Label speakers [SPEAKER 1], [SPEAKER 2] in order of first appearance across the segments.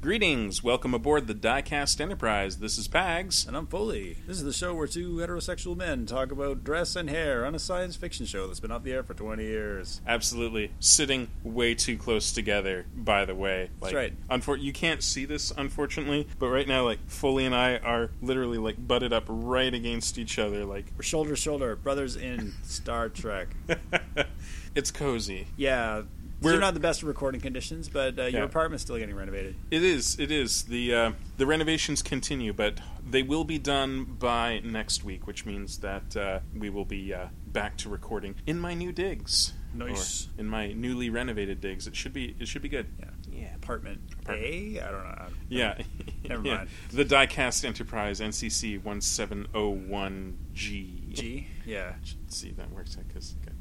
[SPEAKER 1] Greetings, welcome aboard the Diecast Enterprise. This is Pags.
[SPEAKER 2] And I'm Foley. This is the show where two heterosexual men talk about dress and hair on a science fiction show that's been off the air for 20 years.
[SPEAKER 1] Absolutely sitting way too close together. By the way, like,
[SPEAKER 2] right.
[SPEAKER 1] Unfor- you can't see this unfortunately, but right now, like Foley and I are literally like butted up right against each other. Like
[SPEAKER 2] We're shoulder to shoulder, brothers in Star Trek.
[SPEAKER 1] it's cozy.
[SPEAKER 2] Yeah,
[SPEAKER 1] We're-
[SPEAKER 2] we're not the best of recording conditions, but uh, your
[SPEAKER 1] Yeah.
[SPEAKER 2] apartment's still getting renovated.
[SPEAKER 1] It is. It is. The uh, the renovations continue, but they will be done by next week, which means that uh, we will be uh, back to recording in my new digs.
[SPEAKER 2] Nice.
[SPEAKER 1] Or in my newly renovated digs. It should be. It should be good.
[SPEAKER 2] Yeah.
[SPEAKER 1] Yeah.
[SPEAKER 2] Apartment,
[SPEAKER 1] Apartment.
[SPEAKER 2] A? I don't know. I-
[SPEAKER 1] Yeah.
[SPEAKER 2] Never
[SPEAKER 1] Yeah.
[SPEAKER 2] mind.
[SPEAKER 1] The Diecast Enterprise NCC 1701G.
[SPEAKER 2] G? Yeah.
[SPEAKER 1] See, that works out because I've got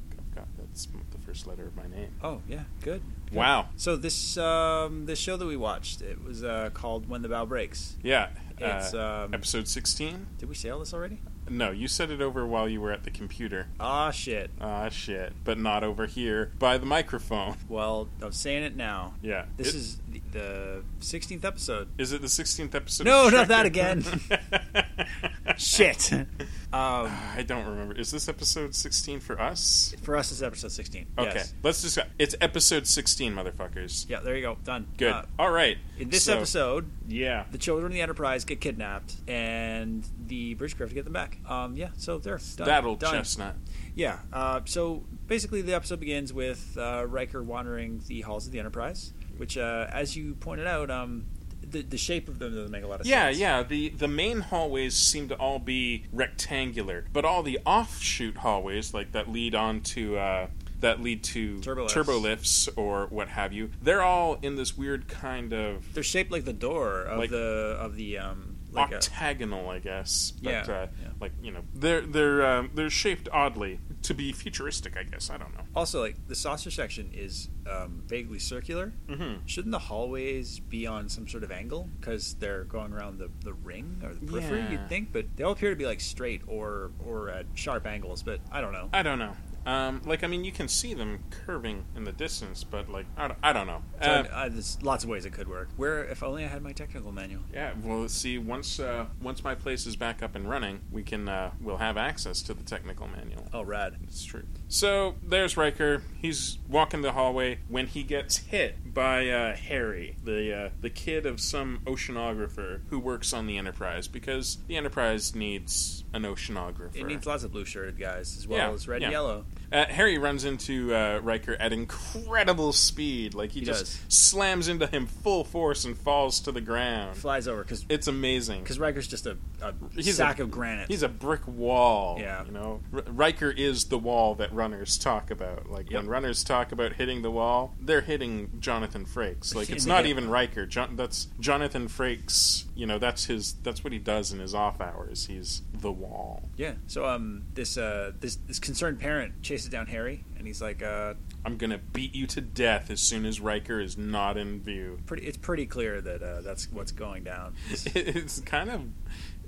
[SPEAKER 1] that's the first letter of my name.
[SPEAKER 2] Oh, yeah, good. good.
[SPEAKER 1] Wow.
[SPEAKER 2] So this um, this show that we watched, it was uh, called When the Bow Breaks.
[SPEAKER 1] Yeah.
[SPEAKER 2] It's,
[SPEAKER 1] uh,
[SPEAKER 2] um,
[SPEAKER 1] episode 16?
[SPEAKER 2] Did we say all this already?
[SPEAKER 1] No, you said it over while you were at the computer.
[SPEAKER 2] Ah, shit.
[SPEAKER 1] Ah, shit. But not over here by the microphone.
[SPEAKER 2] Well, I'm saying it now.
[SPEAKER 1] Yeah. is.
[SPEAKER 2] This is the- the 16th episode.
[SPEAKER 1] Is it the 16th episode?
[SPEAKER 2] No,
[SPEAKER 1] of
[SPEAKER 2] not that
[SPEAKER 1] Shrek?
[SPEAKER 2] Shit. um,
[SPEAKER 1] I don't remember. Is this episode 16 for us?
[SPEAKER 2] for us, it's episode 16.
[SPEAKER 1] Okay.
[SPEAKER 2] Yes.
[SPEAKER 1] Let's just. It's episode 16, motherfuckers.
[SPEAKER 2] Yeah, there you go. Done.
[SPEAKER 1] Good.
[SPEAKER 2] Uh,
[SPEAKER 1] All right.
[SPEAKER 2] in this
[SPEAKER 1] So-
[SPEAKER 2] episode,
[SPEAKER 1] Yeah.
[SPEAKER 2] the children of the Enterprise get kidnapped, and the British have to get them back. Um, yeah, so they're done.
[SPEAKER 1] That old
[SPEAKER 2] done.
[SPEAKER 1] chestnut.
[SPEAKER 2] Yeah. Uh, so basically, the episode begins with uh, Riker wandering the halls of the Enterprise, which, uh, as you pointed out, um, the, the shape of them doesn't make a lot of
[SPEAKER 1] Yeah,
[SPEAKER 2] sense.
[SPEAKER 1] yeah. The the main hallways seem to all be rectangular, but all the offshoot hallways, like that lead on to uh, that lead to
[SPEAKER 2] Turbo lifts.
[SPEAKER 1] lifts or what have you, they're all in this weird kind of
[SPEAKER 2] They're shaped like the door of
[SPEAKER 1] Like-
[SPEAKER 2] the of the um, like a,
[SPEAKER 1] octagonal, I guess. But,
[SPEAKER 2] Yeah,
[SPEAKER 1] Uh,
[SPEAKER 2] yeah.
[SPEAKER 1] Like you know, they're they're um, they're shaped oddly to be futuristic. I guess I don't know.
[SPEAKER 2] Also, like the saucer section is um, vaguely circular.
[SPEAKER 1] Mhm.
[SPEAKER 2] Shouldn't the hallways be on some sort of angle because they're going around the, the ring or the periphery?
[SPEAKER 1] Yeah.
[SPEAKER 2] You'd think, but they all appear to be like straight or or at sharp angles. But I don't know.
[SPEAKER 1] I don't know. Um, like I mean, you can see them curving in the distance, but like I don't, I don't know.
[SPEAKER 2] So,
[SPEAKER 1] Uh,
[SPEAKER 2] uh, there's lots of ways it could work. Where if only I had my technical manual.
[SPEAKER 1] Yeah, well, see, once uh, once my place is back up and running, we can uh, we'll have access to the technical manual.
[SPEAKER 2] Oh, rad.
[SPEAKER 1] It's true. So there's Riker. He's walking the hallway when he gets hit by uh, Harry, the uh, the kid of some oceanographer who works on the Enterprise, because the Enterprise needs an oceanographer.
[SPEAKER 2] It needs lots of blue-shirted guys as well
[SPEAKER 1] Yeah,
[SPEAKER 2] as red
[SPEAKER 1] yeah.
[SPEAKER 2] and yellow.
[SPEAKER 1] Uh, Harry runs into uh, Riker at incredible speed. Like he,
[SPEAKER 2] He
[SPEAKER 1] just
[SPEAKER 2] does.
[SPEAKER 1] slams into him full force and falls to the ground.
[SPEAKER 2] Flies over because
[SPEAKER 1] It's amazing.
[SPEAKER 2] because Riker's just a, a
[SPEAKER 1] He's
[SPEAKER 2] sack
[SPEAKER 1] a-
[SPEAKER 2] of granite.
[SPEAKER 1] He's a brick wall.
[SPEAKER 2] Yeah.
[SPEAKER 1] You know, R- Riker is the wall that runners talk about. Like when
[SPEAKER 2] Yep.
[SPEAKER 1] runners talk about hitting the wall, they're hitting Jonathan Frakes. Like
[SPEAKER 2] Yeah,
[SPEAKER 1] it's
[SPEAKER 2] they
[SPEAKER 1] not
[SPEAKER 2] get-
[SPEAKER 1] even Riker. Jon that's Jonathan Frakes. You know, that's his. That's what he does in his off hours. He's the wall.
[SPEAKER 2] yeah. So um, this uh, this this concerned parent chases down Harry, and he's like, uh,
[SPEAKER 1] I'm gonna beat you to death as soon as Riker is not in view.
[SPEAKER 2] pretty it's pretty clear that uh, that's what's going down.
[SPEAKER 1] it's kind of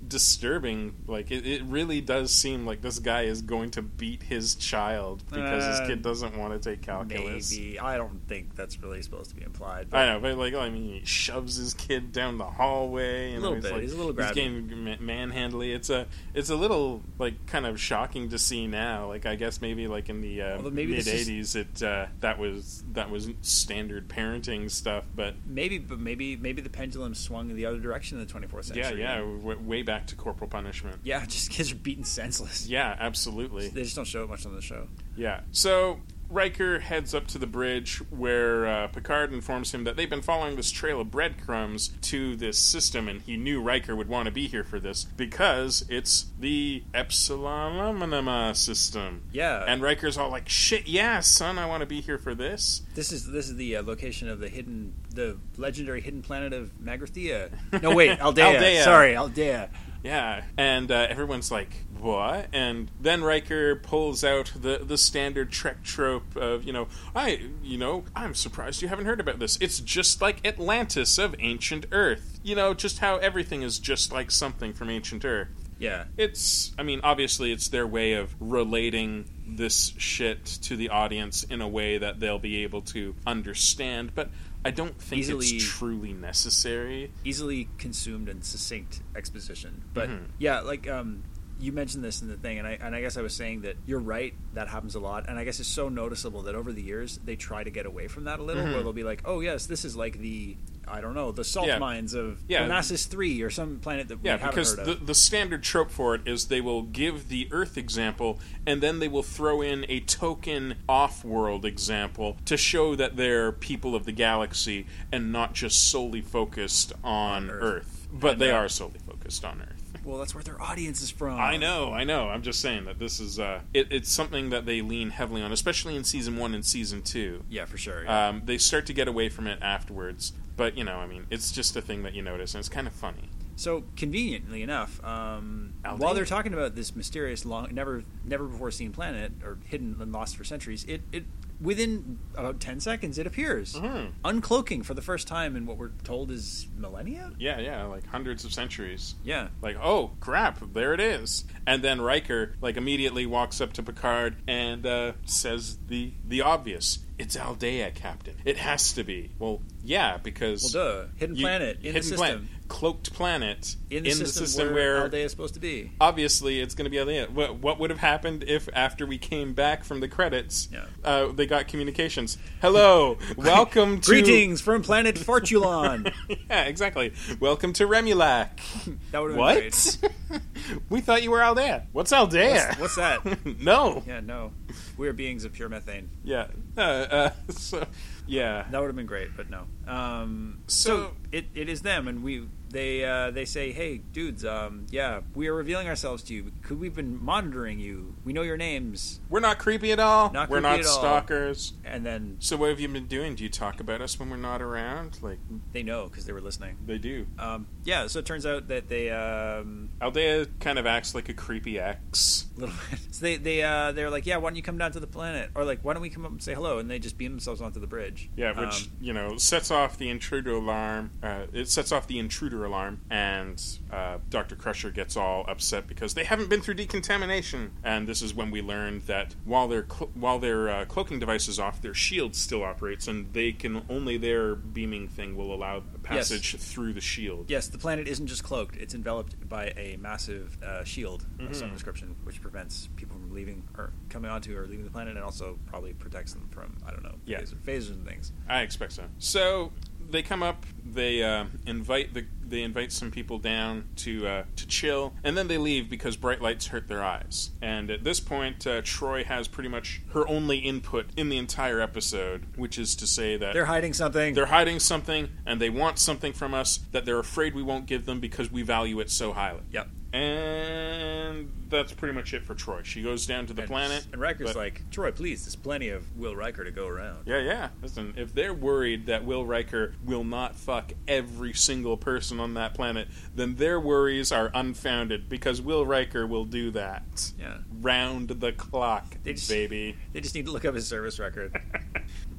[SPEAKER 1] disturbing like it, it really does seem like this guy is going to beat his child because
[SPEAKER 2] Uh,
[SPEAKER 1] his kid doesn't want to take calculus
[SPEAKER 2] Maybe I don't think that's really supposed to be implied. But
[SPEAKER 1] I know, but like, I mean, he shoves his kid down the hallway, and
[SPEAKER 2] A little
[SPEAKER 1] he's
[SPEAKER 2] bit.
[SPEAKER 1] like,
[SPEAKER 2] He's a little grabby.
[SPEAKER 1] getting ma- manhandly. It's a, it's a little like kind of shocking to see now. Like, I guess maybe like in the uh,
[SPEAKER 2] Although maybe
[SPEAKER 1] mid
[SPEAKER 2] this
[SPEAKER 1] '80s,
[SPEAKER 2] is-
[SPEAKER 1] it uh, that was that was standard parenting stuff. But
[SPEAKER 2] maybe, but maybe maybe the pendulum swung in the other direction in the 24th
[SPEAKER 1] yeah,
[SPEAKER 2] century.
[SPEAKER 1] yeah, w- way back to corporal punishment.
[SPEAKER 2] yeah. Just kids are beaten senseless.
[SPEAKER 1] Yeah, absolutely.
[SPEAKER 2] They just don't show it much on the show.
[SPEAKER 1] Yeah. So Riker heads up to the bridge where uh, Picard informs him that they've been following this trail of breadcrumbs to this system, and he knew Riker would want to be here for this because it's the Epsilon Minima system.
[SPEAKER 2] Yeah.
[SPEAKER 1] And Riker's all like, shit, yeah, son, I want to be here for this.
[SPEAKER 2] This is this is the uh, location of the hidden, the legendary hidden planet of Magrathea. No, wait, Aldea.
[SPEAKER 1] Aldea.
[SPEAKER 2] Sorry, Aldea.
[SPEAKER 1] Yeah, and uh, everyone's like, "What?" And then Riker pulls out the the standard Trek trope of, you know, I, you know, I'm surprised you haven't heard about this. It's just like Atlantis of ancient Earth. You know, just how everything is just like something from ancient Earth.
[SPEAKER 2] Yeah,
[SPEAKER 1] It's, I mean, obviously, it's their way of relating this shit to the audience in a way that they'll be able to understand, but. I don't think
[SPEAKER 2] Easily-
[SPEAKER 1] it's truly necessary.
[SPEAKER 2] easily consumed and succinct exposition. But
[SPEAKER 1] Mhm.
[SPEAKER 2] yeah, like um, you mentioned this in the thing, and I and I guess I was saying that you're right. That happens a lot, and I guess it's so noticeable that over the years they try to get away from that a little, where
[SPEAKER 1] Mhm.
[SPEAKER 2] they'll be like, "Oh yes, this is like the I don't know the salt
[SPEAKER 1] Yeah.
[SPEAKER 2] mines of
[SPEAKER 1] Yeah.
[SPEAKER 2] Onassis Three or some planet that
[SPEAKER 1] Yeah,
[SPEAKER 2] we haven't
[SPEAKER 1] because
[SPEAKER 2] heard
[SPEAKER 1] the,
[SPEAKER 2] of."
[SPEAKER 1] the standard trope for it is they will give the Earth example and then they will throw in a token off world example to show that they're people of the galaxy and not just solely focused on
[SPEAKER 2] Earth.
[SPEAKER 1] Earth. But
[SPEAKER 2] And,
[SPEAKER 1] they
[SPEAKER 2] uh,
[SPEAKER 1] are solely focused on Earth. Uh-huh.
[SPEAKER 2] Well, that's where their audience is from.
[SPEAKER 1] I know, I know. I'm just saying that this is uh, it, it's something that they lean heavily on, especially in season one and season two.
[SPEAKER 2] Yeah, for sure. yeah.
[SPEAKER 1] Um, they start to get away from it afterwards, but you know, I mean, it's just a thing that you notice, and it's kind of funny.
[SPEAKER 2] So conveniently enough, um,
[SPEAKER 1] I'll
[SPEAKER 2] while
[SPEAKER 1] take
[SPEAKER 2] they're
[SPEAKER 1] it.
[SPEAKER 2] talking about this mysterious, long, never, never before seen planet or hidden and lost for centuries, it, it within about ten seconds it appears,
[SPEAKER 1] Mhm.
[SPEAKER 2] uncloaking for the first time in what we're told is millennia.
[SPEAKER 1] Yeah, yeah, like hundreds of centuries.
[SPEAKER 2] Yeah,
[SPEAKER 1] Like, oh crap, there it is. And then Riker like immediately walks up to Picard and uh, says the the obvious. It's Aldea, Captain. It has to be. Well, yeah,
[SPEAKER 2] well,
[SPEAKER 1] because
[SPEAKER 2] duh, hidden
[SPEAKER 1] you-
[SPEAKER 2] planet in the
[SPEAKER 1] hidden
[SPEAKER 2] system,
[SPEAKER 1] planet, cloaked planet
[SPEAKER 2] in the system, where,
[SPEAKER 1] where,
[SPEAKER 2] Aldea is supposed to be.
[SPEAKER 1] obviously it's going to be Aldea. What, what would have happened if after we came back from the credits,
[SPEAKER 2] Yeah.
[SPEAKER 1] uh, they got communications? Hello, welcome to
[SPEAKER 2] Greetings from planet Fortulon.
[SPEAKER 1] yeah, exactly. Welcome to Remulac.
[SPEAKER 2] that would have been great.
[SPEAKER 1] What? we thought you were Aldea. What's Aldea?
[SPEAKER 2] What's, what's that?
[SPEAKER 1] no.
[SPEAKER 2] Yeah, no, we are beings of pure methane.
[SPEAKER 1] Yeah. Uh, uh, so, yeah.
[SPEAKER 2] That would have been great, but no. Um, so,
[SPEAKER 1] So-
[SPEAKER 2] it, it is them, and we they uh, they say, "Hey, dudes, um, yeah, we are revealing ourselves to you. Could we've been monitoring you? We know your names."
[SPEAKER 1] We're not creepy at all.
[SPEAKER 2] Not
[SPEAKER 1] we're
[SPEAKER 2] creepy
[SPEAKER 1] not
[SPEAKER 2] at all.
[SPEAKER 1] stalkers.
[SPEAKER 2] And then
[SPEAKER 1] So what have you been doing? Do you talk about us when we're not around? Like
[SPEAKER 2] they know because they were listening.
[SPEAKER 1] they do.
[SPEAKER 2] Um, yeah, so it turns out that they um,
[SPEAKER 1] Aldea kind of acts like a creepy ex.
[SPEAKER 2] little bit. So they they uh, they're like, "Yeah, why don't you come down to the planet?" Or like, "Why don't we come up and say hello?" And they just beam themselves onto the bridge.
[SPEAKER 1] Yeah, which
[SPEAKER 2] Um,
[SPEAKER 1] you know sets off the intruder alarm. Uh, it sets off the intruder alarm, and uh, Doctor Crusher gets all upset because they haven't been through decontamination. And this is when we learned that while their clo while their uh, cloaking device is off, their shield still operates, and they can only their beaming thing will allow passage through the shield.
[SPEAKER 2] Yes, the planet isn't just cloaked; it's enveloped by a massive uh, shield
[SPEAKER 1] Mm-hmm.
[SPEAKER 2] of some description, which prevents people from leaving or coming onto or leaving the planet, and also probably protects them from I don't know
[SPEAKER 1] Yeah.
[SPEAKER 2] phaser- phasers and things.
[SPEAKER 1] I expect so. So they come up, they uh, invite the they invite some people down to uh, to chill, and then they leave because bright lights hurt their eyes. And at this point, uh, Troy has pretty much her only input in the entire episode, which is to say that.
[SPEAKER 2] They're hiding something.
[SPEAKER 1] Uh, they're hiding something and they want something from us that they're afraid we won't give them because we value it so highly.
[SPEAKER 2] yep.
[SPEAKER 1] And that's pretty much it for Troy. She goes down to the
[SPEAKER 2] And-
[SPEAKER 1] planet.
[SPEAKER 2] And Riker's
[SPEAKER 1] but-
[SPEAKER 2] like, Troy, please. There's plenty of Will Riker to go around.
[SPEAKER 1] Yeah, yeah. Listen, if they're worried that Will Riker will not fuck every single person on that planet, then their worries are unfounded because Will Riker will do that.
[SPEAKER 2] Yeah.
[SPEAKER 1] Round the clock,
[SPEAKER 2] They just-
[SPEAKER 1] baby.
[SPEAKER 2] They just need to look up his service record.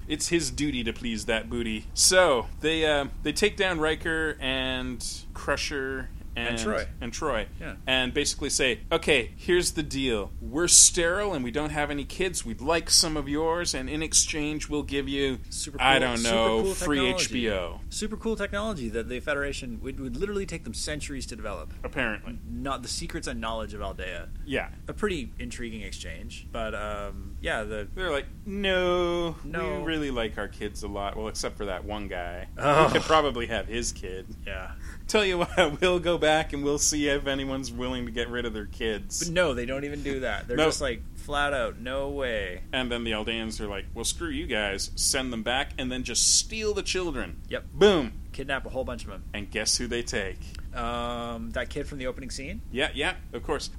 [SPEAKER 1] It's his duty to please that booty. So they uh, they take down Riker and Crusher and,
[SPEAKER 2] And Troy.
[SPEAKER 1] and Troy,
[SPEAKER 2] Yeah.
[SPEAKER 1] and basically say, okay, here's the deal: we're sterile and we don't have any kids. We'd like some of yours, and in exchange, we'll give you
[SPEAKER 2] Super
[SPEAKER 1] I
[SPEAKER 2] cool-
[SPEAKER 1] don't
[SPEAKER 2] super
[SPEAKER 1] know
[SPEAKER 2] cool
[SPEAKER 1] free
[SPEAKER 2] technology.
[SPEAKER 1] HBO.
[SPEAKER 2] Super cool technology that the Federation would, would literally take them centuries to develop.
[SPEAKER 1] Apparently,
[SPEAKER 2] Not the secrets and knowledge of Aldea.
[SPEAKER 1] yeah.
[SPEAKER 2] a pretty intriguing exchange. But um, yeah, the
[SPEAKER 1] They're like, no,
[SPEAKER 2] No.
[SPEAKER 1] we really like our kids a lot. Well, except for that one guy.
[SPEAKER 2] Oh.
[SPEAKER 1] We could probably have his kid.
[SPEAKER 2] yeah,
[SPEAKER 1] Tell you what, we'll go back and we'll see if anyone's willing to get rid of their kids.
[SPEAKER 2] but no, they don't even do that. They're
[SPEAKER 1] No.
[SPEAKER 2] just like flat out, no way.
[SPEAKER 1] And then the Aldeans are like, well, screw you guys, send them back, and then just steal the children.
[SPEAKER 2] Yep.
[SPEAKER 1] Boom.
[SPEAKER 2] Kidnap a whole bunch of them.
[SPEAKER 1] And guess who they take?
[SPEAKER 2] Um, that kid from the opening scene.
[SPEAKER 1] Yeah, yeah, of course.
[SPEAKER 2] Oh.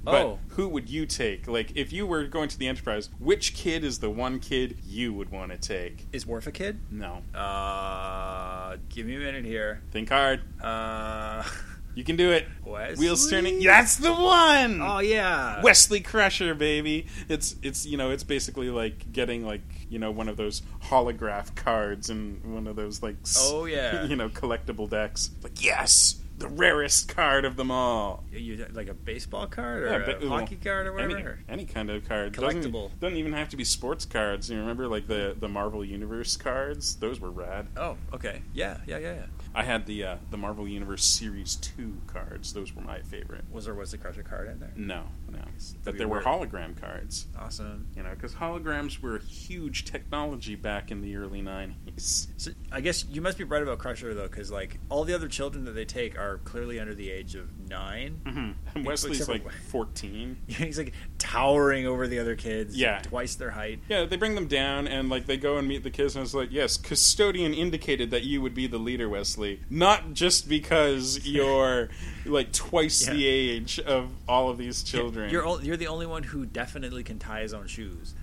[SPEAKER 1] But who would you take? Like, if you were going to the Enterprise, which kid is the one kid you would want to take?
[SPEAKER 2] Is Worf a kid?
[SPEAKER 1] No.
[SPEAKER 2] Uh, give me a minute here.
[SPEAKER 1] Think hard.
[SPEAKER 2] Uh,
[SPEAKER 1] You can do it.
[SPEAKER 2] Wesley?
[SPEAKER 1] Wheels turning. That's the one.
[SPEAKER 2] Oh yeah.
[SPEAKER 1] Wesley Crusher, baby. It's it's you know it's basically like getting like you know one of those holograph cards and one of those like s-
[SPEAKER 2] Oh, yeah.
[SPEAKER 1] you know collectible decks. Like yes, the rarest card of them all.
[SPEAKER 2] You, like a baseball card or
[SPEAKER 1] Yeah, but-
[SPEAKER 2] a
[SPEAKER 1] well,
[SPEAKER 2] hockey card or
[SPEAKER 1] Any,
[SPEAKER 2] whatever.
[SPEAKER 1] any kind of card. Doesn't-
[SPEAKER 2] Collectible.
[SPEAKER 1] Doesn't, even have to be sports cards. You remember like the, the Marvel Universe cards? Those were rad.
[SPEAKER 2] Oh, okay. Yeah, yeah, yeah, yeah.
[SPEAKER 1] I had the uh, the Marvel Universe Series 2 cards. Those were my favorite.
[SPEAKER 2] Was there was the Crusher card in there?
[SPEAKER 1] No, no. But
[SPEAKER 2] be
[SPEAKER 1] there were
[SPEAKER 2] weird.
[SPEAKER 1] hologram cards.
[SPEAKER 2] Awesome.
[SPEAKER 1] You know, because holograms were huge technology back in the early 90s.
[SPEAKER 2] So I guess you must be right about Crusher though, because like all the other children that they take are clearly under the age of nine.
[SPEAKER 1] Mm-hmm. And Wesley's
[SPEAKER 2] Except for-
[SPEAKER 1] like 14.
[SPEAKER 2] He's like towering over the other kids.
[SPEAKER 1] Mm-hmm. Yeah.
[SPEAKER 2] twice their height.
[SPEAKER 1] Yeah, they bring them down and like they go and meet the kids and it's like, yes, custodian indicated that you would be the leader, Wesley. Not just because you're like twice
[SPEAKER 2] Yeah.
[SPEAKER 1] the age of all of these children.
[SPEAKER 2] You're all, you're the only one who definitely can tie his own shoes.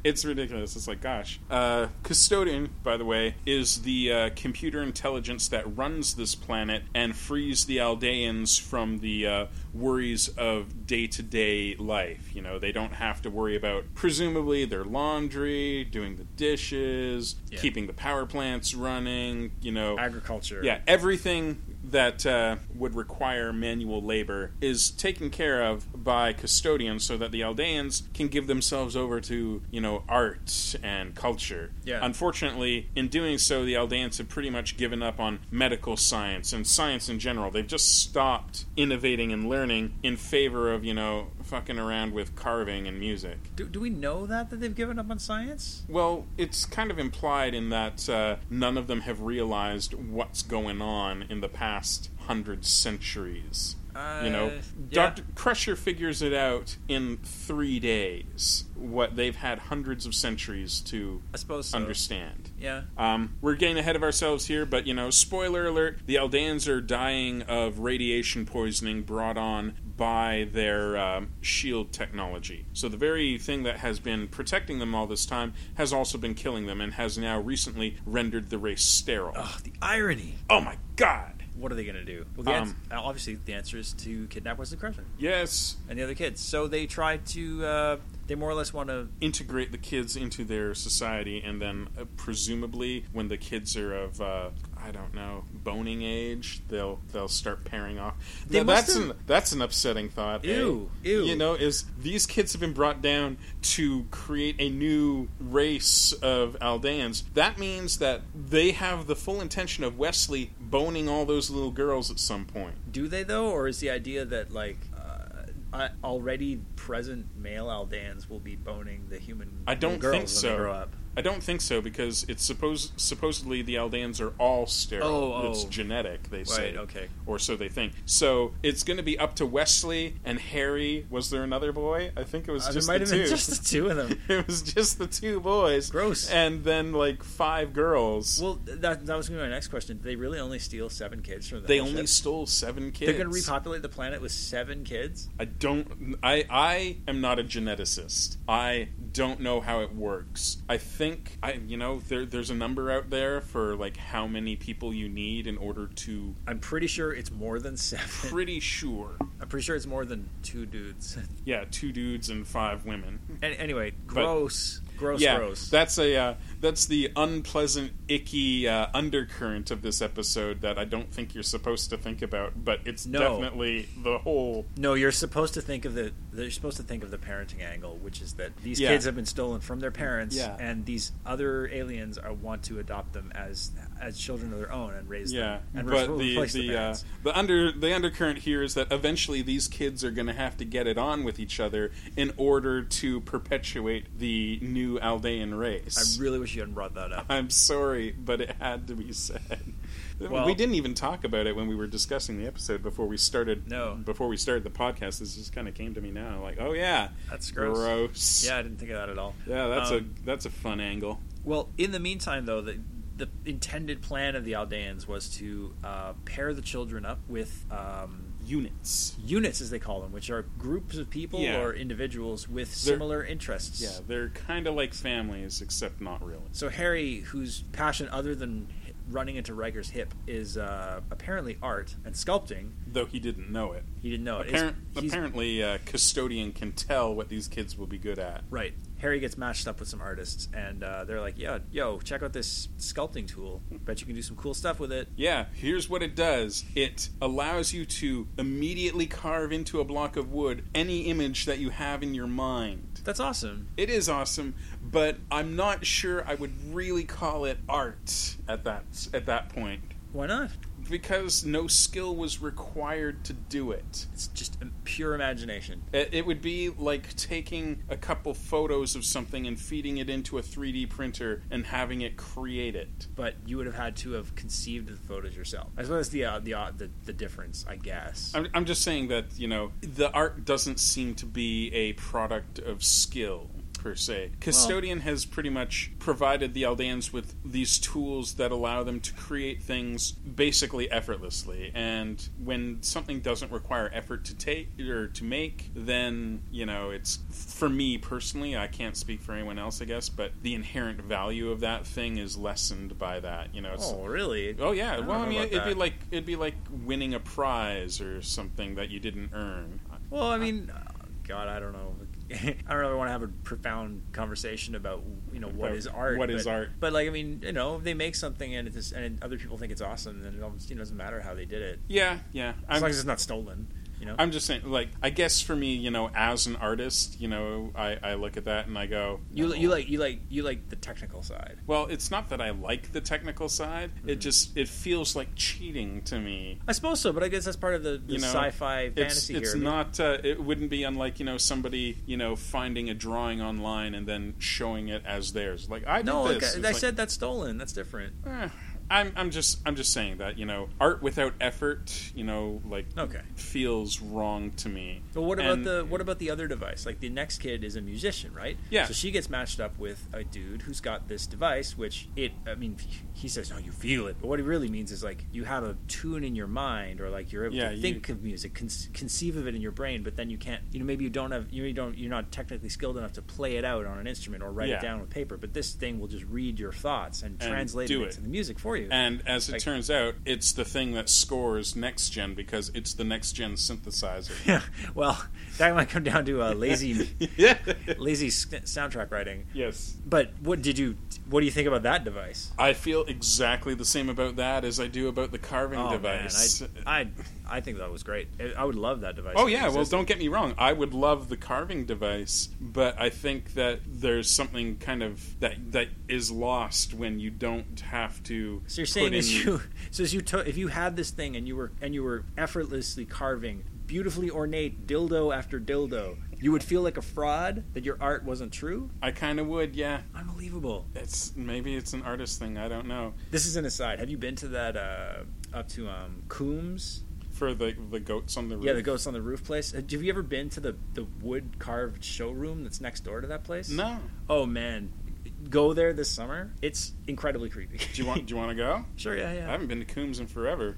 [SPEAKER 1] It's ridiculous. It's like, gosh. Uh, Custodian, by the way, is the uh, computer intelligence that runs this planet and frees the Aldeans from the uh, worries of day to day life. You know, they don't have to worry about, presumably, their laundry, doing the dishes,
[SPEAKER 2] Yeah.
[SPEAKER 1] keeping the power plants running, you know.
[SPEAKER 2] Agriculture.
[SPEAKER 1] Mm-hmm. Yeah, everything that uh, would require manual labor is taken care of by custodians so that the Aldeans can give themselves over to, you know, art and culture.
[SPEAKER 2] Yeah.
[SPEAKER 1] Unfortunately, in doing so, the Aldeans have pretty much given up on medical science and science in general. They've just stopped innovating and learning in favor of, you know, fucking around with carving and music.
[SPEAKER 2] Do, do we know that that they've given up on science?
[SPEAKER 1] Well, it's kind of implied in that uh, none of them have realized what's going on in the past hundred centuries.
[SPEAKER 2] Uh,
[SPEAKER 1] you know,
[SPEAKER 2] yeah.
[SPEAKER 1] Dr. Crusher figures it out in three days what they've had hundreds of centuries to
[SPEAKER 2] I suppose so.
[SPEAKER 1] understand.
[SPEAKER 2] Yeah.
[SPEAKER 1] Um, we're getting ahead of ourselves here, but you know, spoiler alert: the Aldans are dying of radiation poisoning brought on by their um, shield technology. So the very thing that has been protecting them all this time has also been killing them, and has now recently rendered the race sterile.
[SPEAKER 2] Oh, the irony.
[SPEAKER 1] Oh my God!
[SPEAKER 2] What are they going to do? Well, the
[SPEAKER 1] Um,
[SPEAKER 2] ans- uh, obviously the answer is to kidnap Wesley Crusher
[SPEAKER 1] Yes,
[SPEAKER 2] and the other kids. So they try to. Uh, they more or less want to.
[SPEAKER 1] integrate the kids into their society, and then uh, presumably, when the kids are of uh, I don't know boning age, they'll they'll start pairing off.
[SPEAKER 2] They
[SPEAKER 1] Now,
[SPEAKER 2] must
[SPEAKER 1] that's
[SPEAKER 2] have-
[SPEAKER 1] an that's an upsetting thought. eh?
[SPEAKER 2] Ew, ew.
[SPEAKER 1] You know, is these kids have been brought down to create a new race of Aldeans. That means that they have the full intention of Wesley boning all those little girls at some point.
[SPEAKER 2] Do they though, or is the idea that like uh, I- already present male Aldans will be boning the human?
[SPEAKER 1] I don't
[SPEAKER 2] girls
[SPEAKER 1] think
[SPEAKER 2] when
[SPEAKER 1] so.
[SPEAKER 2] They grow up.
[SPEAKER 1] I don't think so because it's supposed supposedly the Aldans are all sterile.
[SPEAKER 2] Oh,
[SPEAKER 1] It's
[SPEAKER 2] oh.
[SPEAKER 1] genetic, they say.
[SPEAKER 2] Right. Okay.
[SPEAKER 1] Or so they think. So it's going to be up to Wesley and Harry. Was there another boy? I think it was
[SPEAKER 2] Uh, there
[SPEAKER 1] just
[SPEAKER 2] might
[SPEAKER 1] the
[SPEAKER 2] have
[SPEAKER 1] two.
[SPEAKER 2] been just the two of them.
[SPEAKER 1] it was just the two boys.
[SPEAKER 2] Gross.
[SPEAKER 1] And then like five girls.
[SPEAKER 2] Well, that that was going to be my next question. Did they really only steal seven kids from the
[SPEAKER 1] they
[SPEAKER 2] whole
[SPEAKER 1] only
[SPEAKER 2] ship?
[SPEAKER 1] stole seven kids.
[SPEAKER 2] They're going to repopulate the planet with seven kids.
[SPEAKER 1] I don't. I I am not a geneticist. I don't know how it works. I think I you know there there's a number out there for like how many people you need in order to.
[SPEAKER 2] I'm pretty sure it's more than seven.
[SPEAKER 1] Pretty sure.
[SPEAKER 2] I'm pretty sure it's more than two dudes.
[SPEAKER 1] Yeah, two dudes and five women.
[SPEAKER 2] An- anyway, gross, gross,
[SPEAKER 1] yeah,
[SPEAKER 2] gross.
[SPEAKER 1] that's a uh, that's the unpleasant, icky uh, undercurrent of this episode that I don't think you're supposed to think about, but it's
[SPEAKER 2] No.
[SPEAKER 1] definitely the whole
[SPEAKER 2] no, you're supposed to think of the you're supposed to think of the parenting angle, which is that these
[SPEAKER 1] Yeah.
[SPEAKER 2] kids have been stolen from their parents,
[SPEAKER 1] Yeah.
[SPEAKER 2] and these other aliens are want to adopt them as as children of their own and raise
[SPEAKER 1] Yeah,
[SPEAKER 2] them. and
[SPEAKER 1] but
[SPEAKER 2] re-
[SPEAKER 1] the
[SPEAKER 2] replace
[SPEAKER 1] the uh,
[SPEAKER 2] parents.
[SPEAKER 1] the under the undercurrent here is that eventually these kids are going to have to get it on with each other in order to perpetuate the new Aldean race.
[SPEAKER 2] I really wish you hadn't brought that up.
[SPEAKER 1] am sorry, but it had to be said.
[SPEAKER 2] Well-
[SPEAKER 1] we didn't even talk about it when we were discussing the episode before we started.
[SPEAKER 2] No.
[SPEAKER 1] before we started the podcast, this just kind of came to me now. Like, oh yeah,
[SPEAKER 2] That's gross.
[SPEAKER 1] Gross.
[SPEAKER 2] Yeah, I didn't think of that at all.
[SPEAKER 1] yeah. That's
[SPEAKER 2] Um,
[SPEAKER 1] a that's a fun angle.
[SPEAKER 2] Well, in the meantime, though, the, the intended plan of the Aldeans was to uh, pair the children up with um,
[SPEAKER 1] Units.
[SPEAKER 2] units, as they call them, which are groups of people
[SPEAKER 1] Yeah.
[SPEAKER 2] or individuals with
[SPEAKER 1] They're-
[SPEAKER 2] similar interests.
[SPEAKER 1] Yeah, they're kind of like families, except not really.
[SPEAKER 2] So Harry, whose passion other than h- running into Riker's hip is uh, apparently art and sculpting,
[SPEAKER 1] Though he didn't know it.
[SPEAKER 2] he didn't know it. It's-
[SPEAKER 1] Apparent,
[SPEAKER 2] Oh, he's-
[SPEAKER 1] apparently, uh, custodian can tell what these kids will be good at.
[SPEAKER 2] right. Harry gets matched up with some artists, and uh, they're like, "Yeah, yo, check out this sculpting tool. Bet you can do some cool stuff with it."
[SPEAKER 1] Yeah, here's what it does it allows you to immediately carve into a block of wood any image that you have in your mind.
[SPEAKER 2] That's awesome.
[SPEAKER 1] It is awesome, but I'm not sure I would really call it art at that at that point
[SPEAKER 2] Why not?
[SPEAKER 1] because no skill was required to do it.
[SPEAKER 2] It's just um, pure imagination.
[SPEAKER 1] It it would be like taking a couple photos of something and feeding it into a 3D printer and having it create it.
[SPEAKER 2] But you would have had to have conceived the photos yourself. I suppose the uh, the, uh, the the difference, I guess.
[SPEAKER 1] I'm, I'm just saying that you know the art doesn't seem to be a product of skill per se. Custodian has pretty much provided the Aldeans with these tools that allow them to create things basically effortlessly. And when something doesn't require effort to take or to make, then you know it's for me personally. I can't speak for anyone else, I guess, but the inherent value of that thing is lessened by that. You know, it's
[SPEAKER 2] oh, really?
[SPEAKER 1] Oh yeah.
[SPEAKER 2] don't
[SPEAKER 1] well, I
[SPEAKER 2] know
[SPEAKER 1] mean,
[SPEAKER 2] about
[SPEAKER 1] it'd be
[SPEAKER 2] that.
[SPEAKER 1] like it'd be like winning a prize or something that you didn't earn.
[SPEAKER 2] Well, I mean, uh, God, I don't know. I don't really want to have a profound conversation about you know what
[SPEAKER 1] About
[SPEAKER 2] is art.
[SPEAKER 1] what
[SPEAKER 2] What
[SPEAKER 1] is
[SPEAKER 2] is
[SPEAKER 1] art.
[SPEAKER 2] But like, I mean, you know, if they make something and it's and other people think it's awesome, then it almost you know, doesn't matter how they did it,
[SPEAKER 1] Yeah, yeah.
[SPEAKER 2] as
[SPEAKER 1] I'm,
[SPEAKER 2] long as it's not stolen. You know,
[SPEAKER 1] I'm just saying, like, I guess for me, you know, as an artist, you know, I, I look at that and I go,
[SPEAKER 2] you
[SPEAKER 1] no.
[SPEAKER 2] you like you like you like the technical side.
[SPEAKER 1] Well, it's not that I like the technical side.
[SPEAKER 2] Mm-hmm.
[SPEAKER 1] It just it feels like cheating to me.
[SPEAKER 2] I suppose so, but I guess that's part of the, the
[SPEAKER 1] You know,
[SPEAKER 2] sci-fi
[SPEAKER 1] It's
[SPEAKER 2] fantasy
[SPEAKER 1] it's
[SPEAKER 2] here.
[SPEAKER 1] not. Uh, it wouldn't be unlike you know somebody you know finding a drawing online and then showing it as theirs. Like I did
[SPEAKER 2] no, like,
[SPEAKER 1] this.
[SPEAKER 2] I,
[SPEAKER 1] It's
[SPEAKER 2] I
[SPEAKER 1] like,
[SPEAKER 2] said that's stolen. That's different.
[SPEAKER 1] eh, I'm I'm just I'm just saying that you know art without effort you know like
[SPEAKER 2] Okay.
[SPEAKER 1] feels wrong to me.
[SPEAKER 2] But what about
[SPEAKER 1] And-
[SPEAKER 2] the what about the other device? Like the next kid is a musician, right?
[SPEAKER 1] Yeah.
[SPEAKER 2] So she gets matched up with a dude who's got this device, which it I mean he says, No, you feel it. But what he really means is like you have a tune in your mind or like you're able
[SPEAKER 1] Yeah,
[SPEAKER 2] to
[SPEAKER 1] you-
[SPEAKER 2] think of music, con- conceive of it in your brain, but then you can't you know, maybe you don't have you don't you're not technically skilled enough to play it out on an instrument or write
[SPEAKER 1] Yeah.
[SPEAKER 2] it down with paper, but this thing will just read your thoughts and,
[SPEAKER 1] And
[SPEAKER 2] translate
[SPEAKER 1] do
[SPEAKER 2] it
[SPEAKER 1] it.
[SPEAKER 2] into the music for you.
[SPEAKER 1] And as it
[SPEAKER 2] Like-
[SPEAKER 1] turns out, it's the thing that scores next gen because it's the next gen synthesizer.
[SPEAKER 2] yeah. Well, that might come down to uh, lazy
[SPEAKER 1] yeah.
[SPEAKER 2] lazy s- soundtrack writing.
[SPEAKER 1] Yes.
[SPEAKER 2] But what did you? What do you think about that device?
[SPEAKER 1] I feel exactly the same about that as I do about the carving
[SPEAKER 2] Oh
[SPEAKER 1] device.
[SPEAKER 2] man, I, I I think that was great. I- I would love that device.
[SPEAKER 1] Oh
[SPEAKER 2] if it
[SPEAKER 1] yeah, well
[SPEAKER 2] existed.
[SPEAKER 1] don't get me wrong. I would love the carving device, but I think that there's something kind of that that is lost when you don't have to
[SPEAKER 2] So you're
[SPEAKER 1] put
[SPEAKER 2] saying
[SPEAKER 1] in
[SPEAKER 2] is
[SPEAKER 1] the-
[SPEAKER 2] you? So is you to, if you had this thing and you were and you were effortlessly carving beautifully ornate dildo after dildo, you would feel like a fraud that your art wasn't true.
[SPEAKER 1] I kind of would, yeah.
[SPEAKER 2] Unbelievable.
[SPEAKER 1] It's maybe it's an artist thing, I don't know.
[SPEAKER 2] This is an aside. Have you been to that uh, up to um, Coombs?
[SPEAKER 1] For the the goats on the roof.
[SPEAKER 2] Yeah, the Ghost on the Roof place. Have you ever been to the the wood carved showroom that's next door to that place?
[SPEAKER 1] No.
[SPEAKER 2] Oh man, go there this summer. It's incredibly creepy.
[SPEAKER 1] Do you want do you want to go?
[SPEAKER 2] Sure, yeah,
[SPEAKER 1] I
[SPEAKER 2] yeah.
[SPEAKER 1] haven't been to Coombs in forever.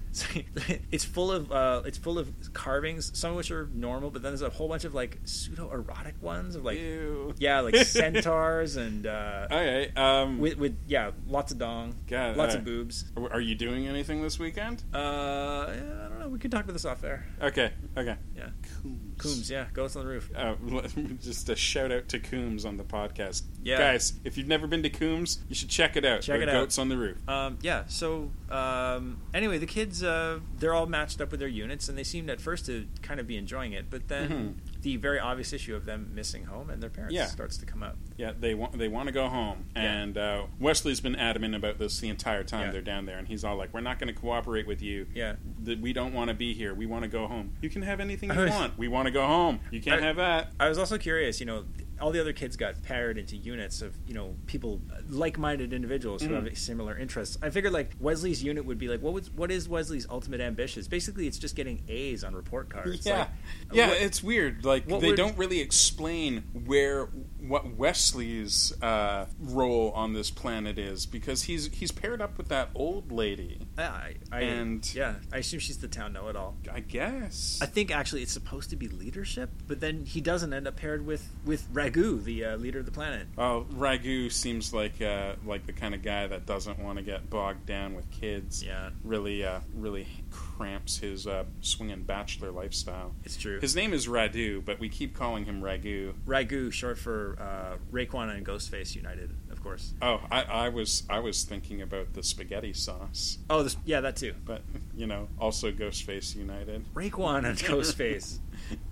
[SPEAKER 2] it's full of uh, it's full of carvings, some of which are normal, but then there's a whole bunch of like pseudo erotic ones of like
[SPEAKER 1] Ew.
[SPEAKER 2] yeah, like centaurs and uh,
[SPEAKER 1] All right. Um,
[SPEAKER 2] with with yeah, lots of dong,
[SPEAKER 1] God,
[SPEAKER 2] lots
[SPEAKER 1] uh,
[SPEAKER 2] of boobs.
[SPEAKER 1] are you doing anything this weekend?
[SPEAKER 2] Uh, yeah, I don't know. We could talk about this off air.
[SPEAKER 1] Okay. Okay.
[SPEAKER 2] Yeah,
[SPEAKER 1] Coombs.
[SPEAKER 2] Coombs. Yeah, ghost on the roof.
[SPEAKER 1] Uh, just a shout out to Coombs on the podcast.
[SPEAKER 2] Yeah.
[SPEAKER 1] Guys, if you've never been to Coombs, you should check it out.
[SPEAKER 2] Check
[SPEAKER 1] They're
[SPEAKER 2] it out.
[SPEAKER 1] Goats on the roof.
[SPEAKER 2] Um, yeah. So um, anyway, the kids uh, they're all matched up with their units, and they seemed at first to kind of be enjoying it, but then the very obvious issue of them missing home and their parents
[SPEAKER 1] Mm-hmm. Yeah.
[SPEAKER 2] starts to come up.
[SPEAKER 1] Yeah, they want they want to go home,
[SPEAKER 2] Yeah.
[SPEAKER 1] and uh, Wesley's been adamant about this the entire time
[SPEAKER 2] Yeah.
[SPEAKER 1] they're down there, and he's all like, "We're not going to cooperate with you.
[SPEAKER 2] Yeah.
[SPEAKER 1] That we don't want to be here. We want to go home. You can have anything you
[SPEAKER 2] I was-
[SPEAKER 1] want. We want to go home. You can't
[SPEAKER 2] I-
[SPEAKER 1] have that."
[SPEAKER 2] I was also curious, you know, all the other kids got paired into units of, you know, people like-minded individuals who
[SPEAKER 1] Mm-hmm.
[SPEAKER 2] have similar interests. I figured like Wesley's unit would be like, what was what is Wesley's ultimate ambition? Basically, it's just getting A's on report cards.
[SPEAKER 1] Yeah,
[SPEAKER 2] Like,
[SPEAKER 1] yeah,
[SPEAKER 2] what-
[SPEAKER 1] it's weird. Like
[SPEAKER 2] what
[SPEAKER 1] they
[SPEAKER 2] would-
[SPEAKER 1] don't really explain where what Wesley's uh, role on this planet is because he's he's paired up with that old lady.
[SPEAKER 2] I, I, I-
[SPEAKER 1] And-
[SPEAKER 2] yeah, I assume she's the town know-it-all.
[SPEAKER 1] I guess.
[SPEAKER 2] I think actually it's supposed to be leadership, but then he doesn't end up paired with with Ragu, the uh, leader of the planet.
[SPEAKER 1] Oh, Ragu seems like uh, like the kind of guy that doesn't want to get bogged down with kids.
[SPEAKER 2] Yeah.
[SPEAKER 1] really, uh, really cramps his uh, swinging bachelor lifestyle.
[SPEAKER 2] It's true.
[SPEAKER 1] His name is Radu, but we keep calling him Ragu.
[SPEAKER 2] Ragu, short for uh, Raekwon and Ghostface United, of course.
[SPEAKER 1] Oh, I, I was I was thinking about the spaghetti sauce,
[SPEAKER 2] Oh, this, yeah, that too.
[SPEAKER 1] but you know, also Ghostface United.
[SPEAKER 2] Raekwon and Ghostface.